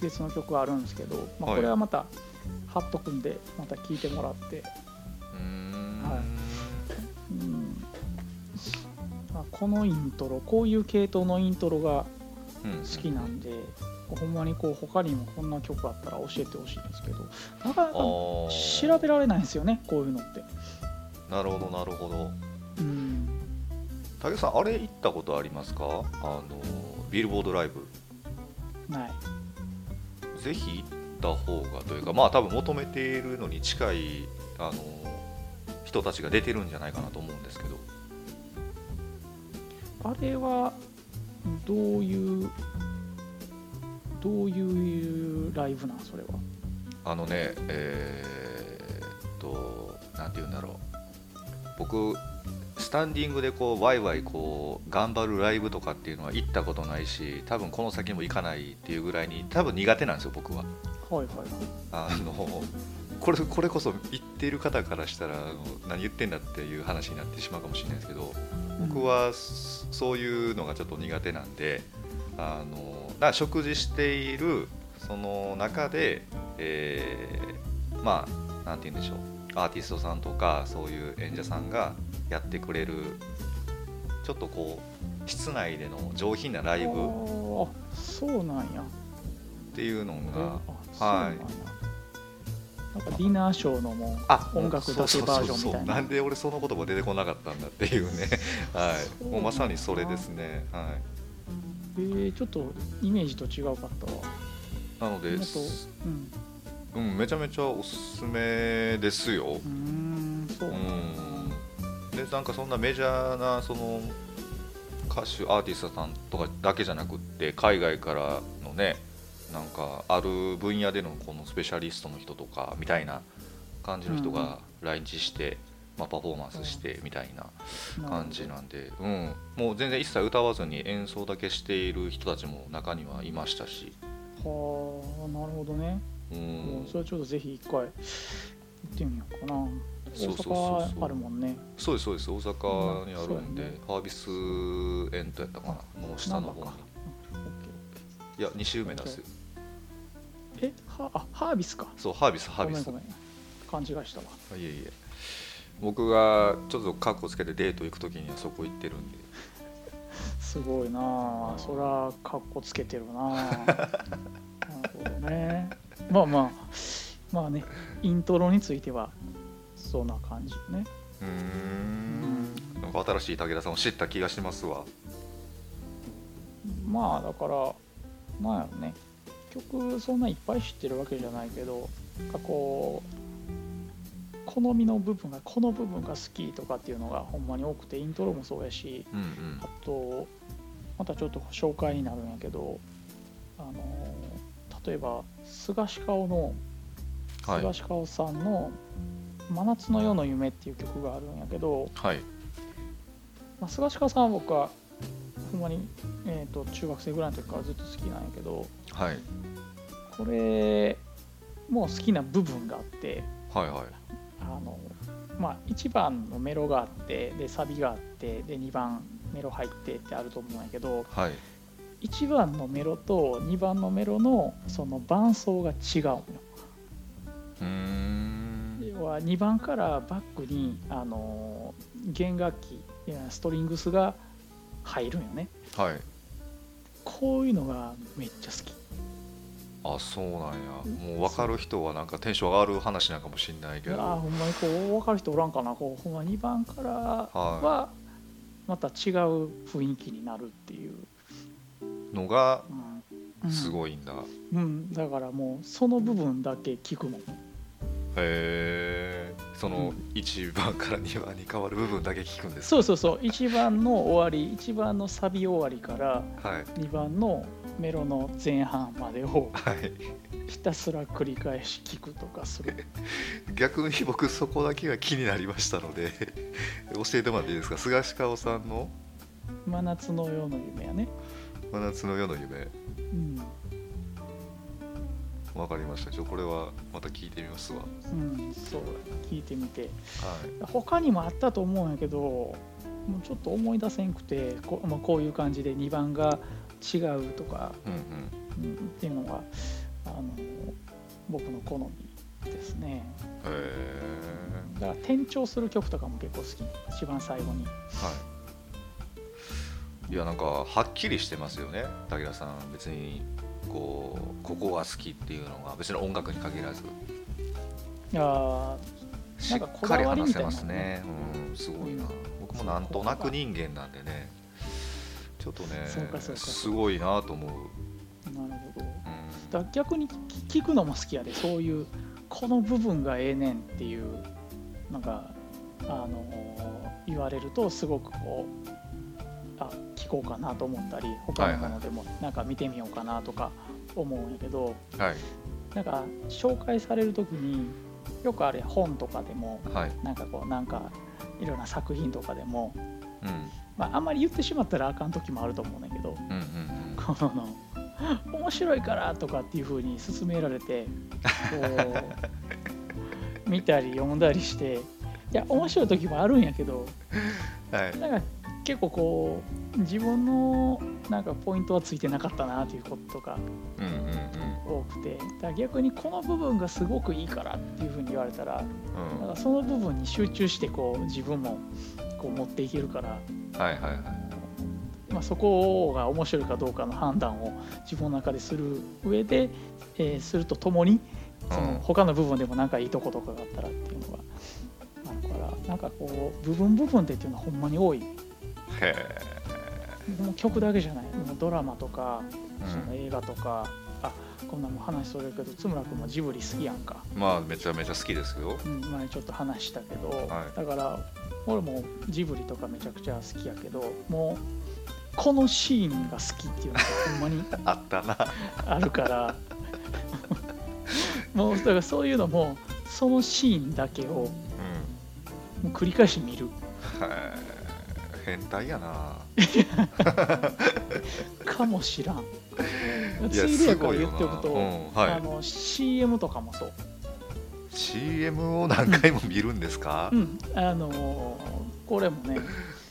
A: 別の曲があるんですけど、まあ、
B: はい
A: これはまた貼っとくんでまた聴いてもらって。
B: うーん
A: はいうんあこのイントロこういう系統のイントロが
B: うん
A: 好きなんで、ほんまにこう他にもこんな曲あったら教えてほしいんですけどなかな
B: あ
A: か
B: ー
A: 調べられないんですよねこういうのって
B: なるほどなるほど
A: うん
B: 武井さんあれ行ったことありますかあのビルボードライブ
A: ない
B: ぜひ行った方がというかまあ多分求めているのに近いあの人たちが出てるんじゃないかなと思うんですけど
A: あれはどういうどういうライブなんそれは
B: あのねえーっとなんて言うんだろう僕スタンディングでこうワイワイこう頑張るライブとかっていうのは行ったことないし多分この先も行かないっていうぐらいに多分苦手なんですよ僕は
A: はいはいはい
B: あのこれこれこそ言っている方からしたらあの何言ってんだっていう話になってしまうかもしれないですけど僕はそそういうのがちょっと苦手なんであのだから食事しているその中で、えーまあなんて言うんでしょうアーティストさんとかそういう演者さんがやってくれるちょっとこう室内での上品なラ
A: ラ
B: イブっ
A: あそうなんや
B: ていうのが
A: はいなんかディナーショーのも
B: あ
A: 音楽だけ
B: そうそうそうそう
A: バージョンみたいな
B: なんで俺その言葉出てこなかったんだっていうね は
A: そうなん
B: い
A: だ
B: もうまさにそれですねはい
A: えー、ちょっとイメージと違うかったわ
B: なので
A: もっとうん
B: うんめちゃめちゃおすすめですよ
A: うーんそううなんだ
B: んでなんかそんなメジャーなその歌手アーティストさんとかだけじゃなくって海外からのねなんかある分野でのこのスペシャリストの人とかみたいな感じの人が来日して、まあ、パフォーマンスしてみたいな
A: な
B: 感じなんで、うん、もう全然一切歌わずに演奏だけしている人たちも中にはいましたし、
A: はあなるほどね、
B: う、
A: もうんそれはちょっとぜひ一回行ってみようかな
B: そうそう
A: 大
B: そうそう
A: 阪あるもんね
B: そうですそうです大阪にあるんで、
A: うんそうやね
B: ハービスエントやったかなの下
A: な
B: の
A: んだ
B: 方に
A: かうんオッケ
B: いや2周目なんですよ
A: えはあハービスか
B: そうハービスハービス
A: ごめんごめん勘違いしたわ
B: いえいえ僕がちょっとカッコつけてデート行く時にはそこ行ってるんです
A: ごいなあそらかっこつけてる なあなるほどねまあまあまあねイントロについてはそんな感じね
B: うー
A: うん
B: んなんか新しい武田さんを知った気がしますわ
A: まあだからなんやろね曲そんないっぱい知ってるわけじゃないけどなんかこう好みの部分がこの部分が好きとかっていうのがほんまに多くてイントロもそうやし
B: うんうん
A: あとまたちょっと紹介になるんやけどあのー例えば菅氏顔の
B: はい
A: 菅氏顔さんの「真夏の夜の夢」っていう曲があるんやけど、
B: はい
A: まあ、菅氏顔さんは僕はほんまに、えー、と中学生ぐらいの時からずっと好きなんやけど
B: はい
A: これもう好きな部分があって
B: はいはい
A: あの、まあ、1番のメロがあってでサビがあってで2番メロ入ってってあると思うんやけど
B: はい
A: 1番のメロと2番のメロのその伴奏が違うんよ。
B: うーん
A: 要は2番からバックにあの弦楽器いやストリングスが入るんよね。
B: はい
A: こういうのがめっちゃ好き。
B: あそうなんやもう分かる人はなんかテンション上がる話なんかもしんないけど
A: ああ
B: は
A: ほんまにこう分かる人おらんかなこうほんま2番からはまた違う雰囲気になるっていう、
B: いのが
A: うん
B: す
A: い、
B: ごいんだ、へ
A: うん、だからもうその部分だけ聞くもん
B: えそうの1番から2番に変わる部分だけ聞くんです
A: そうそうそう1番の終わり1番のサビ終わりから
B: はい
A: 2番のメロの前半までを
B: はい
A: ひたすら繰り返し聞くとかする
B: 逆に僕そこだけが気になりましたので 教えてもらっていいですか菅氏香さんの
A: 真夏のような夢やね、
B: 「真夏の夜の夢
A: うん」
B: わかりましたちょこれはまた聞いてみますわは
A: うん、そう聞いてみて他にもあったと思うんやけどもうちょっと思い出せんくてこ,、まあ、こういう感じで2番が違うとか、
B: い、うんうん、
A: うん、っていうのがあの僕の好みですね
B: へ
A: だ
B: え
A: から転調する曲とかも結構好き一番最後に
B: はいいやなんかはっきりしてますよね武田さん別にこうここが好きっていうのが別に音楽に限らず
A: いやー
B: し
A: な
B: っ
A: んかこ
B: かり
A: だわりみ
B: 話
A: た
B: せ
A: いなのね
B: ますねうんすごいな、
A: うん
B: 僕もなんとなく人間なんでねちょっとね
A: そうかそうか
B: すごいなと思う、
A: なるほど
B: うん、
A: だから逆に聞くのも好きやでそういうこの部分がええねんっていうなんかあのー言われるとすごくこうあ聞こうかなと思ったり他のものでもなんか見てみようかなとか思うんやけど、
B: はい
A: なんか紹介される時によくあれ本とかでも
B: はい、
A: なんかこうなんかいろんな作品とかでも、
B: うん、
A: まあ、あんまり言ってしまったらあかん時もあると思うんだけど
B: うんうん
A: この 面白いからとかっていう風に勧められてこう見たり読んだりしていや面白い時もあるんやけど
B: うんはい
A: なんか結構こう自分のなんかポイントはついてなかったなっていうことが
B: うんうんうん
A: 多くてだから逆にこの部分がすごくいいからっていう風に言われたらなん
B: うん
A: かその部分に集中してこう自分もこう持っていけるから
B: はいはいはい
A: まあ、そこが面白いかどうかの判断を自分の中でする上で、えーするとともにその他の部分でもなんかいいとことかがあったらっていうのがあるからなんかこう部分部分でっていうのはほんまに多い
B: へえ
A: もう曲だけじゃないもうドラマとか
B: うん
A: その映画とか、あこんなんもう話それるけど津村君もジブリ好きやんか、
B: まあめちゃめちゃ好きですよ
A: うん、前ちょっと話したけど、
B: はい
A: だから俺もジブリとかめちゃくちゃ好きやけどもうこのシーンが好きっていうのがほんまに
B: あったな
A: あるから もうだからそういうのもそのシーンだけをも
B: うん
A: う繰り返し見る
B: へえ変態やな
A: かもしらん
B: い
A: つ
B: や
A: いでや
B: す
A: から
B: ごい
A: 言っ
B: よな
A: ておくと、
B: うんはい
A: あの CM とかもそう、
B: CM を何回も見るんですか
A: う、んあのーこれもね、、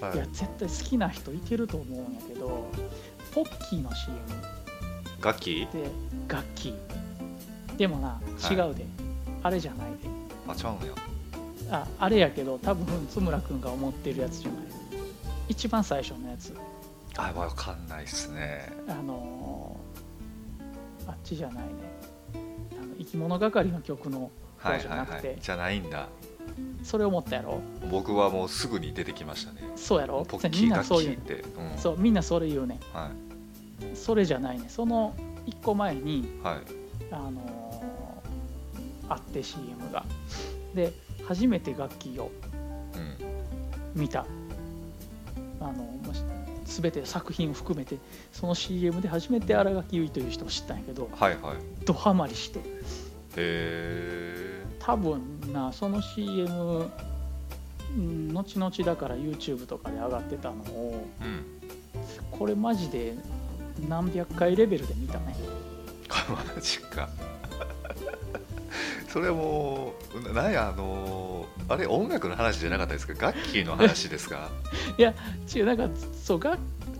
B: はいい
A: や絶対好きな人いけると思うんやけどポッキーの CM
B: ガキ
A: で楽器でもな
B: は
A: 違
B: いう
A: で、あれじゃないで
B: あちゃうんや
A: ああれやけど多分津村君が思ってるやつじゃない一番最初のやつ
B: あわかんないっすね
A: あのーあっちじゃないねあの生き物係の曲の
B: はい
A: そう
B: は
A: じゃな
B: い
A: くて
B: はいじゃないんだ
A: それを思ったやろ
B: 僕はもうすぐに出てきましたね
A: そうやろ
B: ポッ
A: み
B: キ
A: ん
B: ー
A: な
B: が
A: そうい
B: 聞いうてうん
A: そうみんなそれ言うね
B: は
A: それじゃないねその一個前に
B: いはい
A: あのーあって CM がで初めて楽器を
B: うん
A: 見たあのもし全て作品を含めてその CM で初めて新垣結衣という人を知ったんやけど
B: はいはいへ
A: ドハマりして
B: え
A: 多分なその CM うん後々だから YouTube とかで上がってたのを
B: うん
A: これマジで何百回レベルで見たね
B: マジか それもうなんやあのーあれ音楽の話じゃなかったですか楽器の話で すか
A: 違うなんかそう楽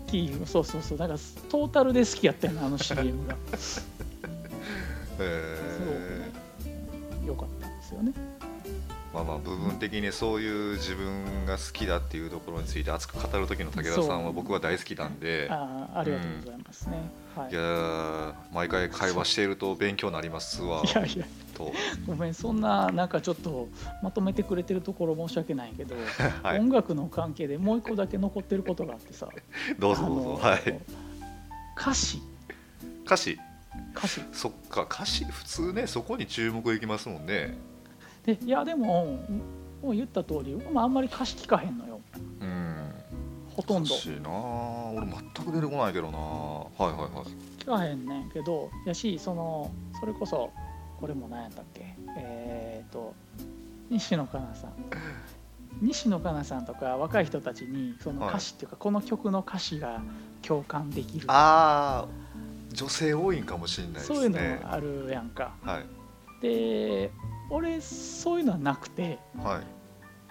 A: 器そうそうそうなんかトータルで好きやったよなあの CM が そう
B: え
A: ね良かったんですよね
B: ー、まあまあ部分的にそういう自分が好きだっていうところについて熱く語る時の武田さん
A: そ
B: は
A: う
B: 僕は大好きなんで
A: あーありがとうございますね、はい
B: いやー毎回会話していると勉強になりますわ
A: いやいや
B: と
A: ごめんそんななんかちょっとまとめてくれてるところ申し訳ないけど、
B: はい
A: 音楽の関係でもう一個だけ残ってることがあってさ
B: どうぞどうぞはい
A: 歌詞
B: 歌詞
A: 歌詞
B: そっか歌詞普通ねそこに注目いきますもんね
A: でいやでももう言った通り、まあ、あんまり歌詞聞かへんのよ
B: うん
A: ほとんど
B: 歌詞なあ俺全く出てこないけどなはいはいはい
A: 聞かへんねんけどやしそのそれこそこれも何やったっけえっ、と西野カナさん西野カナさんとか若い人たちにその歌詞っていうか、この曲の歌詞が共感できる
B: ああ女性多いんかもしれないですね
A: そういうのもあるやんか
B: はい
A: で俺そういうのはなくて
B: はい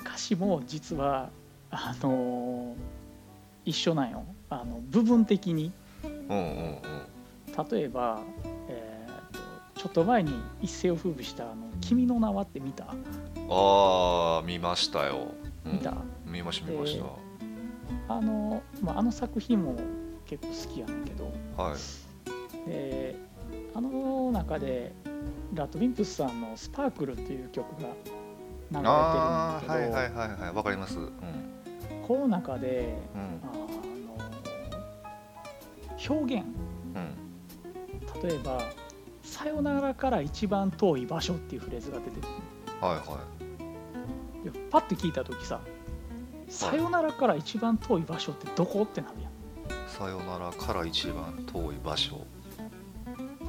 A: 歌詞も実はあのー一緒なんよあの部分的に
B: うんうんうん
A: 例えば、えーとちょっと前に一世を風靡したあの「君の名は」って見た
B: ああ見ましたよ、うん
A: 見た、
B: 見ました見ました、
A: あの,、まあ、あの作品も結構好きやねんけど
B: はい
A: であの中でラトウィンプスさんの「スパークル」っていう曲が流
B: ああは
A: れてる
B: い
A: ん
B: は
A: だ
B: いはいはいわかりますうん
A: けどこの中で
B: うん
A: あの表現
B: うん
A: 例えば「さよならから一番遠い場所」っていうフレーズが出てく
B: はいは
A: るいやパッて聞いた時さ「さよならから一番遠い場所ってどこ?」ってなるやん
B: いさよならから一番遠い場所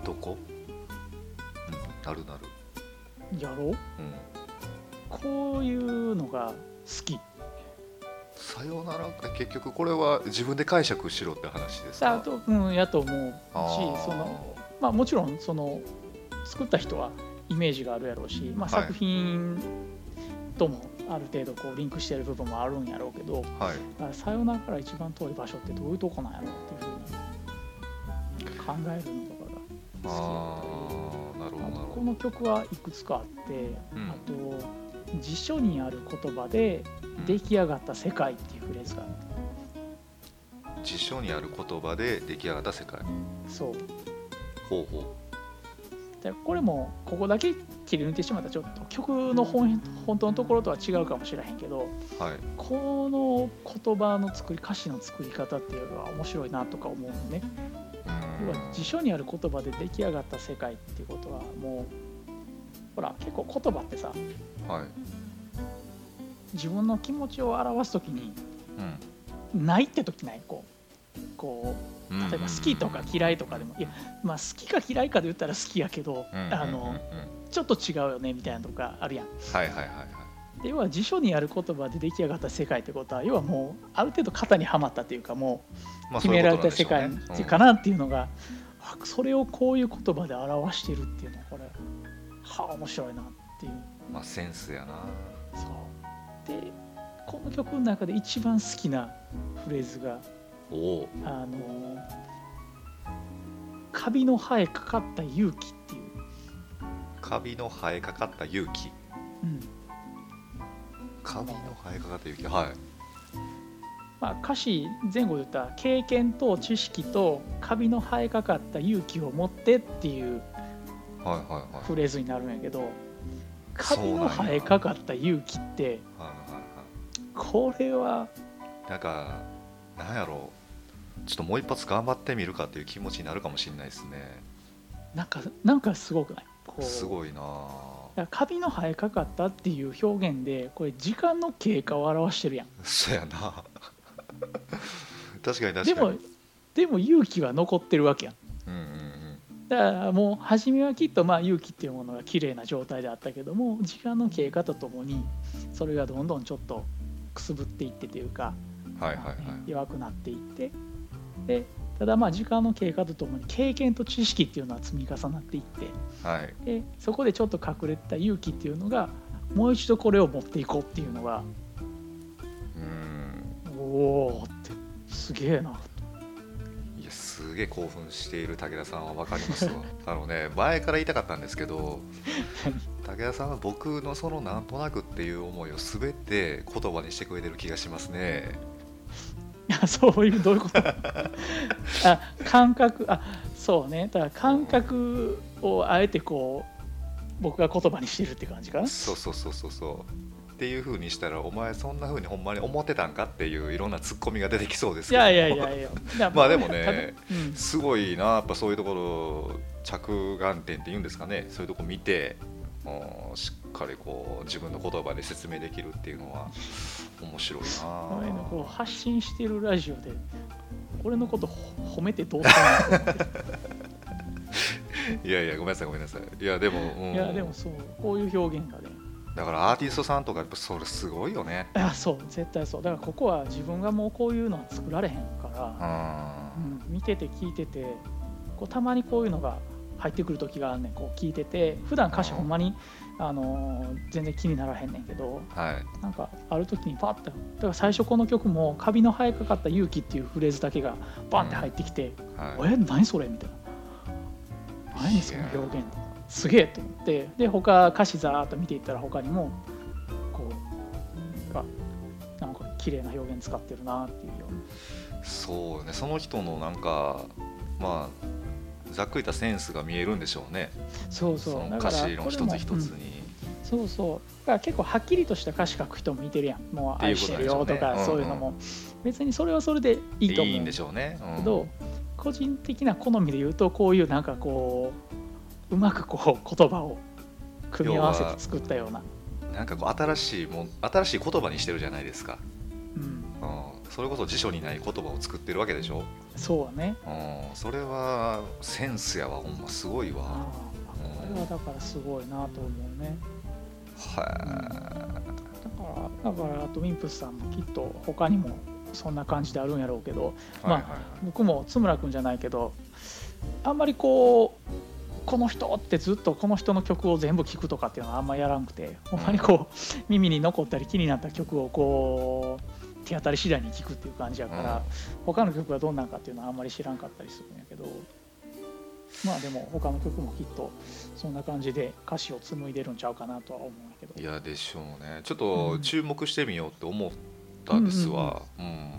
B: どこうんなるなる
A: やろう
B: うん
A: こういうのが好き
B: さよならって結局これは自分で解釈しろって話です
A: あ
B: か
A: と、うん、やと思うし
B: あー
A: その、まあ、もちろんその作った人はイメージがあるやろうし、まあ、
B: はい
A: 作品ともある程度こうリンクしてる部分もあるんやろうけど、
B: はい
A: だからさよならから一番遠い場所ってどういうとこなんやろっていうふうに考えるのとかが好
B: ああなる
A: きあ
B: ほ
A: と
B: どなる
A: こ
B: ほど
A: の曲はいくつかあって、
B: うん
A: あと辞書にある言葉で「出来上がった世界」っていうフレーズがある
B: 辞書にある言葉で出来上がった世界
A: そう
B: ほうほ
A: でこれもここだけ切り抜いてしまったらちょっと曲の本本当のところとは違うかもしれへんけど
B: うはい
A: この言葉の作り歌詞の作り方っていうのは面白いなとか思うのね
B: うん
A: 要は辞書にある言葉で出来上がった世界っていうことはもうほら結構言葉ってさ
B: はい
A: 自分の気持ちを表す時に
B: うん
A: ないって時ないこうこ
B: う
A: うん例えば好きとか嫌いとかでもいやまあ好きか嫌いかで言ったら好きやけど
B: うんうんうん
A: あの
B: うん
A: ちょっと違うよねみたいなのとかあるやん。
B: はいはいはいはい
A: で要は辞書にある言葉で出来上がった世界ってことは要はもうある程度型にはまったというかも
B: ま
A: う
B: あ
A: 決
B: そうい
A: め
B: うこ
A: ら
B: と
A: れ
B: なん
A: た
B: で
A: 世
B: しょうね
A: 界かなっていうのがあそれをこういう言葉で表してるっていうのはこれはあ面白いなっていう
B: うんまあセンスやな
A: そうでこの曲の中で一番好きなフレーズが
B: おお
A: あのカビの生えかかった勇気っていう
B: カビの生えかかった勇気
A: うん
B: カビの生えかかった勇気はい
A: まあ、歌詞前後で言った経験と知識とカビの生えかかった勇気を持ってっていう
B: はいはいはい
A: フレーズになるんやけどカ
B: そう
A: ビ
B: なん
A: の
B: や
A: 生えかかった勇気って
B: はいはいは
A: これはい
B: なんかなんやろうちょっともう一発頑張ってみるかっていう気持ちになるかもしれないですね
A: なんかなんかすごくないこう
B: すごいな
A: だからカビの生えかかったっていう表現でこれ時間の経過を表してるやん
B: そやな確かに確かに
A: でもでも勇気は残ってるわけやん
B: うんうんうん
A: だからもう初めはきっとまあ勇気っていうものが綺麗な状態であったけども時間の経過とともにそれがどんどんちょっとくすぶっていってというか、
B: はいはいはい
A: 弱くなっていってでただまあ時間の経過とともに経験と知識っていうのは積み重なっていっ
B: はい
A: てでそこでちょっと隠れてた勇気っていうのがもう一度これを持っていこうっていうのが
B: うん
A: おおーってすげえない
B: やすげえ興奮している武田さんは分かり ますわあのね前から言いたかったんですけど武田さんは僕のそのなんとなくっていう思いを全て言葉にしてくれてる気がしますね
A: いや そういうどういうことあ感覚あそうねだから感覚をあえてこう僕が言葉にしてるって感じかな
B: そうそうそうそうそうっていう風にしたらお前そんな風にほんまに思ってたんかっていういろんなツッコミが出てきそうです
A: い
B: けど
A: やいやいやいやだ
B: ま
A: か
B: あ
A: ら
B: でもね
A: 多分
B: すごいなやっぱそういうところ着眼点っていうんですかねそういうとこ見てうんしっかりこう自分の言葉で説明できるっていうのは面白い
A: うん、お前のこ
B: な
A: う発信してるラジオで俺のことほ褒めてどうしたの
B: いやいやごめんなさいごめんなさいいやでも、うん
A: いやでもそうこういう表現がね
B: だからアーティストさんとかやっぱそれすごいよね
A: あそう絶対そうだからここは自分がもうこういうのは作られへんから
B: う、ん
A: うん、見てて聞いててこうたまにこういうのが入ってくる時があんねんこう聞いてて普段歌詞
B: うん
A: ほんまに、あのー全然気にならへんねんけど
B: はい
A: なんかある時にパッとだから最初この曲もカビの生えかかった「勇気」っていうフレーズだけがバンって入ってきて「
B: はい
A: え何それ?」みたいな「何その表現」すげえと思ってで他歌詞ざーっと見ていったら他にもこうあなんか綺麗な表現使ってるなっていうような。
B: そうねその人のなんかまあざっくり言ったセンスが見えるんでしょうね
A: そう
B: そ
A: そう
B: の
A: だか
B: 歌
A: ら
B: 詞の
A: これ
B: 一
A: も
B: つ一つ
A: うん
B: に、
A: そうそうだから結構はっきりとした歌詞書く人もいてるやんもう愛してるよ
B: って
A: と
B: いうことなん
A: か
B: でしょ
A: そうう
B: ね
A: いうのも別にそれはそれでいいと思
B: いいん
A: う
B: でしょうね、うん
A: けど個人的な好みで言うとこういうなんかこううまくこう言葉を組み合わせて作ったような、
B: なんかこう新しいもん新しい言葉にしてるじゃないですか、
A: うん、
B: うん、それこそ辞書にない言葉を作ってるわけでしょ、
A: そうはね
B: うん、それはセンスやわほんますごい
A: あ
B: わ
A: あこれはだからすごいなと思うねだ
B: は
A: からだからあとウィンプスさんもきっと他にもそんな感じであるんやろうけど
B: い
A: まあ
B: はいはいはい
A: 僕も津村君じゃないけどあんまりこうこの人ってずっとこの人の曲を全部聴くとかっていうのはあんまやらんくてほんまにこう耳に残ったり気になった曲をこう手当たり次第に聴くっていう感じやから、
B: うん
A: 他の曲がどんなんかっていうのはあんまり知らんかったりするんやけどまあでも他の曲もきっとそんな感じで歌詞を紡いでるんちゃうかなとは思うんやけど
B: いやでしょうねちょっと
A: うん
B: 注目してみようって思ったんですわ、うん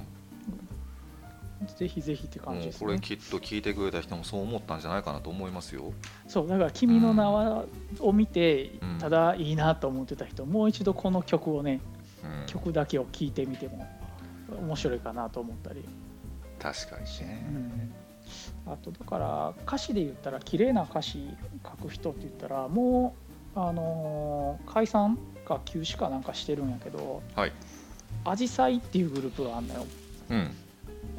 A: ぜひぜひって感じ
B: も
A: で
B: う
A: す
B: これ
A: ね
B: きっと聞いてくれた人もそう思ったんじゃないかなと思いますよ
A: そうだから「君の名は」を見て
B: うん
A: ただいいなと思ってた人もう一度この曲をね
B: うん
A: 曲だけを聴いてみても面白いかなと思ったり、
B: 確かに
A: う
B: ね、
A: ん、あとだから歌詞で言ったら綺麗な歌詞書く人って言ったらもう、あのー解散か休止かなんかしてるんやけど
B: はい
A: アジサイっていうグループがあんだよ
B: うん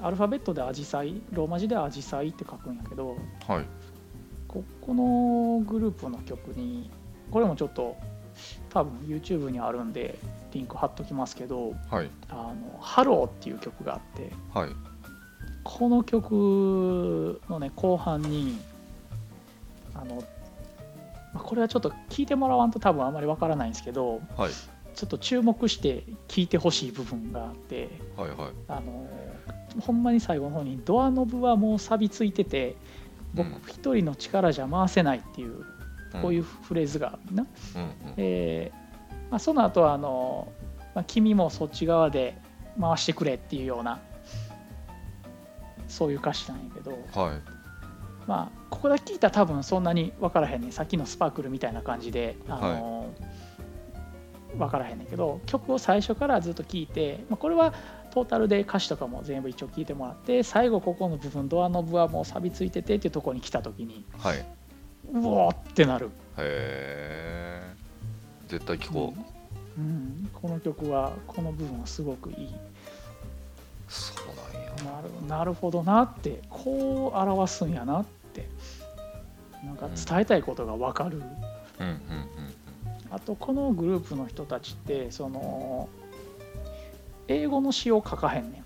A: アルファベットでアジサイローマ字でアジサイって書くんやけど
B: はい
A: ここのグループの曲にこれもちょっと多分 YouTube にあるんでリンク貼っときますけど
B: はい
A: 「あのハローっていう曲があって
B: はい
A: この曲のね後半にあのまあこれはちょっと聞いてもらわんと多分あまりわからないんですけど
B: はい
A: ちょっと注目して聞いてほしい部分があって
B: はいはい
A: あのほんまに最後の方にドアノブはもう錆びついてて
B: う
A: 僕
B: ん
A: 一人の力じゃ回せないっていうこういうフレーズがあるな、
B: うんうん
A: えーまあ、その後はあの、まあ、君もそっち側で回してくれっていうようなそういう歌詞なんやけど、
B: はい
A: まあ、ここだけ聞いたら多分そんなに分からへんねんさっきのスパークルみたいな感じで、あの分からへんねんけど曲を最初からずっと聞いて、まあ、これはトータルで歌詞とかも全部一応聞いてもらって最後ここの部分ドアノブはもう錆びついててっていうところに来た時に
B: はいへ
A: うおーってなる、
B: え絶対聞こう、
A: うん、この曲はこの部分はすごくいい
B: そうなんや
A: なるなるほどなってこう表すんやなってなんか伝えたいことが分かる。
B: うんうん
A: あとこのグループの人たちってその英語の詩を書かへんね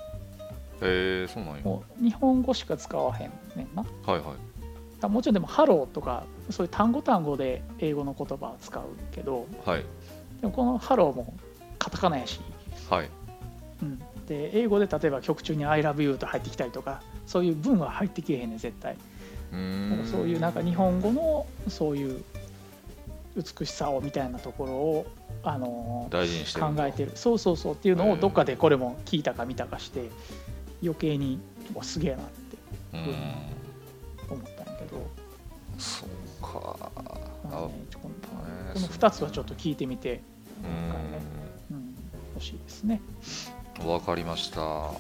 B: うんへえそうなんや
A: ん
B: は
A: もう日本語しか使わへんねんなだか
B: いはい
A: らもちろんでも「ハロー」とかそういう単語単語で英語の言葉を使うけど
B: はい
A: でもこの「ハロー」もカタカナやし、
B: はい
A: うん、で英語で例えば曲中に「I love you」と入ってきたりとかそういう文は入ってきえへんねん絶対
B: う
A: なん
B: ー
A: か
B: ん
A: そういうなんか日本語のそういう美しさをみたいなところをあのー
B: 大事にしてる
A: 考
B: んだ
A: えてるそうそうそうっていうの
B: う
A: を
B: ん
A: どっかでこれも聞いたか見たかして余計におすげえなって
B: うん
A: 思ったんやけど、
B: そうか
A: まあねこの
B: え
A: この2つはちょっと聞いてみて、
B: う
A: うん、欲しいですね
B: んわかりました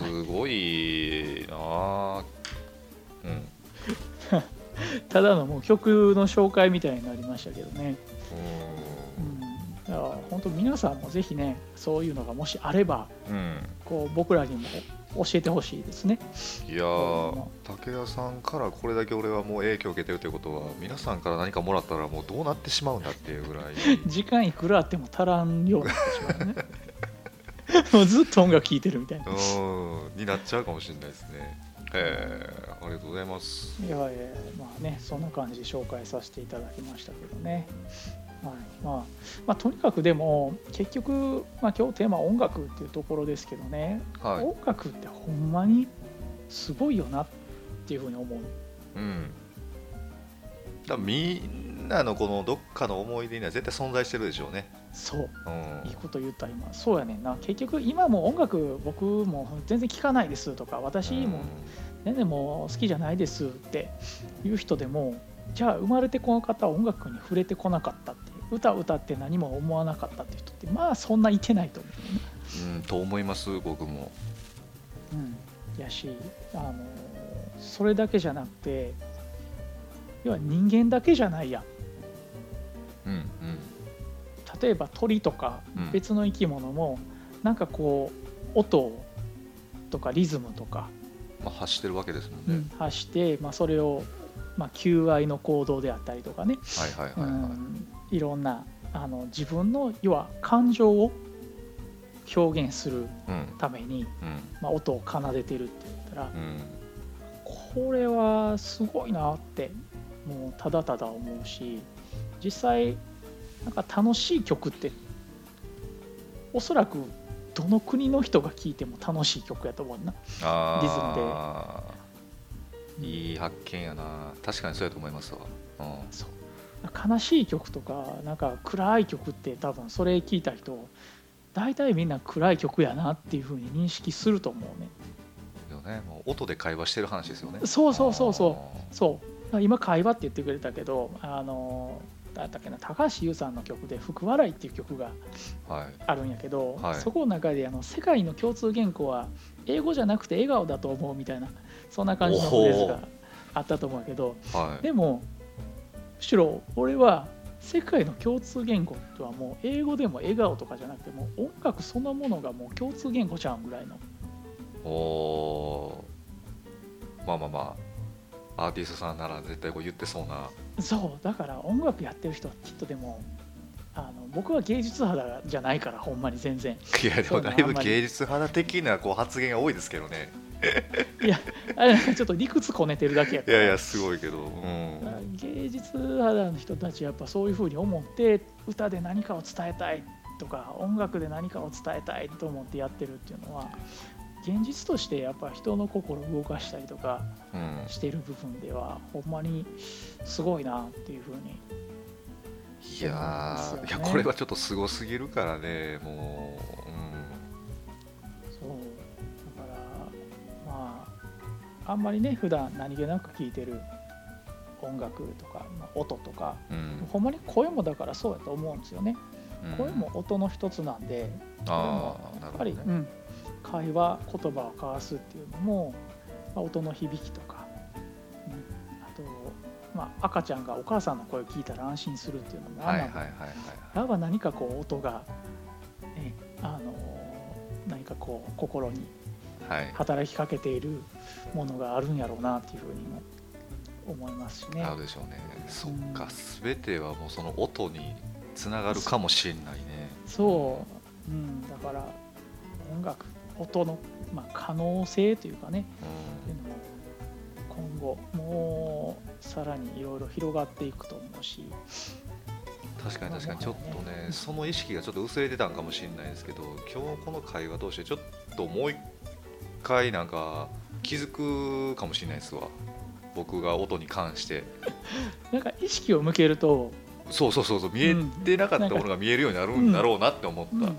B: すごいなあうん
A: ただのもう曲の紹介みたいになりましたけどね、
B: う
A: うん、だから本当皆さんもぜひねそういうのがもしあれば
B: んうん
A: こう僕らにも教えてほしいですね
B: いや ー武田さんからこれだけ俺はもう影響を受けてるということは皆さんから何かもらったらもうどうなってしまうんだっていうぐ らい
A: 時間いくらあっても足らんようになってしまうね もうずっと音楽聴いてるみたいな
B: うんになっちゃうかもしれないですねえー、ありがとうございます
A: いやいやまあねそんな感じで紹介させていただきましたけどね、はいまあまあ、とにかくでも結局、まあ、今日テーマは音楽っていうところですけどね、
B: はい
A: 音楽ってほんまにすごいよなっていうふうに思う
B: うんだからみんなのこのどっかの思い出には絶対存在してるでしょうね
A: そう
B: うん
A: いいこと言った今そうやねんな結局今もう音楽僕も全然聴かないですとか私も全然もう好きじゃないですっていう人でもじゃあ生まれてこの方は音楽に触れてこなかったっていう歌を歌って何も思わなかったっていう人ってまあそんないてないと思
B: うん、うんと思います僕も
A: う、うん、やし、あのそれだけじゃなくて要は人間だけじゃないや
B: うんうん
A: 例えば鳥とか
B: うん
A: 別の生き物もなんかこう音とかリズムとか
B: まあ、発してるわけですもんね、
A: 発して、まあ、それを、まあ、求愛の行動であったりとかね
B: はいはいは
A: う
B: いはい、
A: んいろんなあの自分の要は感情を表現する
B: うん
A: ために、
B: うん
A: まあ、音を奏でてるって言ったら
B: うん
A: これはすごいなってもうただただ思うし実際なんか楽しい曲っておそらくどの国の人が聴いても楽しい曲やと思うな。
B: あーいい発見やな確かにそうやと思いますわ、うん、
A: そう悲しい曲とかなんか暗い曲って多分それ聞いた人大体みんな暗い曲やなっていう風に認識すると思うね
B: でもねもう音で会話してる話ですよね
A: そうそうそうそうそう今会話って言ってくれたけどあのだったっけな高橋優さんの曲で「福笑い」っていう曲が
B: はい
A: あるんやけど、
B: はい
A: そこの中であの「世界の共通言語は英語じゃなくて笑顔だと思う」みたいなそんな感じのフレーズ
B: お
A: が
B: ほ
A: あったと思うけど
B: はい
A: でもむしろ俺は世界の共通言語とはもう英語でも笑顔とかじゃなくてもう音楽そのものがもう共通言語ちゃうんぐらいの
B: おーまあまあまあアーティストさんなら絶対こう言ってそうな
A: そうだから音楽やってる人はきっとでもあの僕は芸術肌じゃないからほんまに全然
B: いや で
A: そ
B: も
A: うね
B: だい
A: あ
B: ぶ
A: んまり
B: 芸術派的なこう発言が多いですけどね
A: いやあれなんかちょっと理屈こねてるだけや
B: い
A: から
B: やいやすごいけどうん
A: 芸術肌の人たちやっぱそういうふうに思って歌で何かを伝えたいとか音楽で何かを伝えたいと思ってやってるっていうのは現実としてやっぱ人の心を動かしたりとか
B: うん
A: してる部分ではほんまにすごいなっていうふうにそうなんで
B: いやーい
A: す
B: や
A: よね
B: これはちょっとすごすぎるからねもう、
A: そうだからまああんまりね普段何気なく聴いてる音楽とか、まあ音とか
B: うんうん
A: ほんまに声もだからそうやと思うんですよね、
B: うん
A: 声も音の一つなんで
B: ああ
A: や
B: なる
A: っぱ
B: ほど
A: り、う
B: ね
A: ん、会話言葉を交わすっていうのも、まあ音の響きとか、うん、あと、まあ、赤ちゃんがお母さんの声を聞いたら安心するっていうのもあ
B: は
A: ん
B: い
A: な
B: は
A: ん
B: い
A: で
B: はいはい
A: やっぱ何かこう音が、ねあのー何かこう心に
B: はい、はい
A: 働きかけているものがあるんやろうなっていうふうにも思いますしね
B: あ。るでしょうねそっ
A: う
B: か
A: ん
B: 全てはもうその音につながるかもしれないね
A: そう、うん、だから音楽音の、まあ、可能性というかねっていうのも今後もうさらにいろいろ広がっていくと思うし、
B: うん、確かに確かにちょっと
A: まあまあ
B: ね
A: ね
B: その意識がちょっと薄れてたんかもしれないですけど今日この会話通してちょっともう一回なんか気づくかもしれないですわ僕が音に関して
A: なんか意識を向けると、
B: そうそうそうそう見えてなかったものが見えるようになるんだろうなって思った、うん
A: うん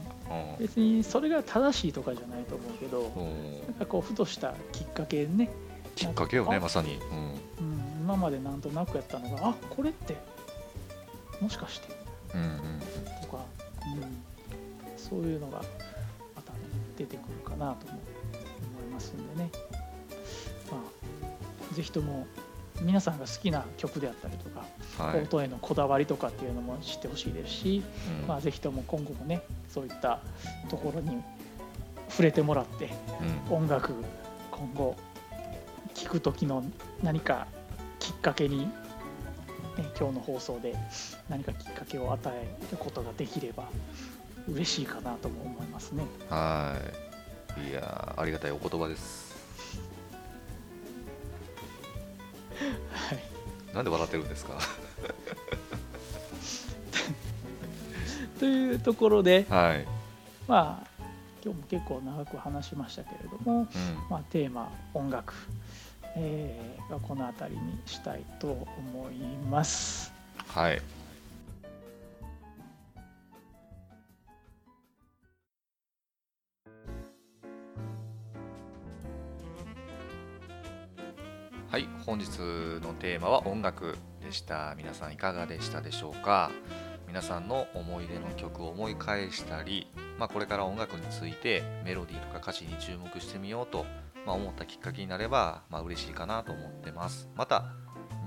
A: 別にそれが正しいとかじゃないと思うけど、
B: うん
A: なんかこうふとしたきっかけでね、
B: きっかけよね
A: あ
B: まさに、うん
A: うん、今までなんとなくやったのがあこれってもしかして
B: うんうん、
A: とか、うん、そういうのがまたね出てくるかなとも思いますんでね、まあ、ぜひとも皆さんが好きな曲であったりとか、
B: はい、うん
A: 音へのこだわりとかっていうのも知ってほしいですし、まあ、ぜひとも今後もねそういったところに触れてもらって
B: うん
A: 音楽今後聴く時の何かきっかけに、ね、今日の放送で何かきっかけを与えることができれば嬉しいかなとも思いますね。
B: はい。いやーありがたいお言葉です。
A: はい、
B: なんで笑ってるんですか。
A: というところで、
B: はい。
A: まあ、今日も結構長く話しましたけれども、
B: うん。
A: まあ、テーマ音楽、えーがこの辺りにしたいと思います。
B: はい。はい、本日のテーマは音楽でした。皆さんいかがでしたでしょうか。皆さんの思い出の曲を思い返したり、まあ、これから音楽についてメロディーとか歌詞に注目してみようと、まあ、思ったきっかけになれば、まあ、嬉しいかなと思ってます。また、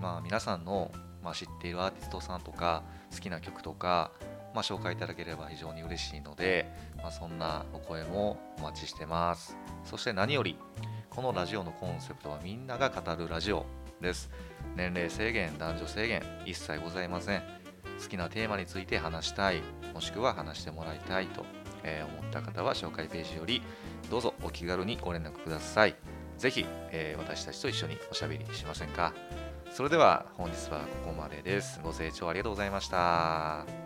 B: まあ、皆さんの、まあ、知っているアーティストさんとか好きな曲とか、まあ、紹介いただければ非常に嬉しいので、まあ、そんなお声もお待ちしてます。そして何よりこのラジオのコンセプトはみんなが語るラジオです。年齢制限、男女制限、一切ございません。好きなテーマについて話したい、もしくは話してもらいたいと、えー思った方は紹介ページよりどうぞお気軽にご連絡ください。ぜひ、えー私たちと一緒におしゃべりしませんか。それでは本日はここまでです。ご清聴ありがとうございました。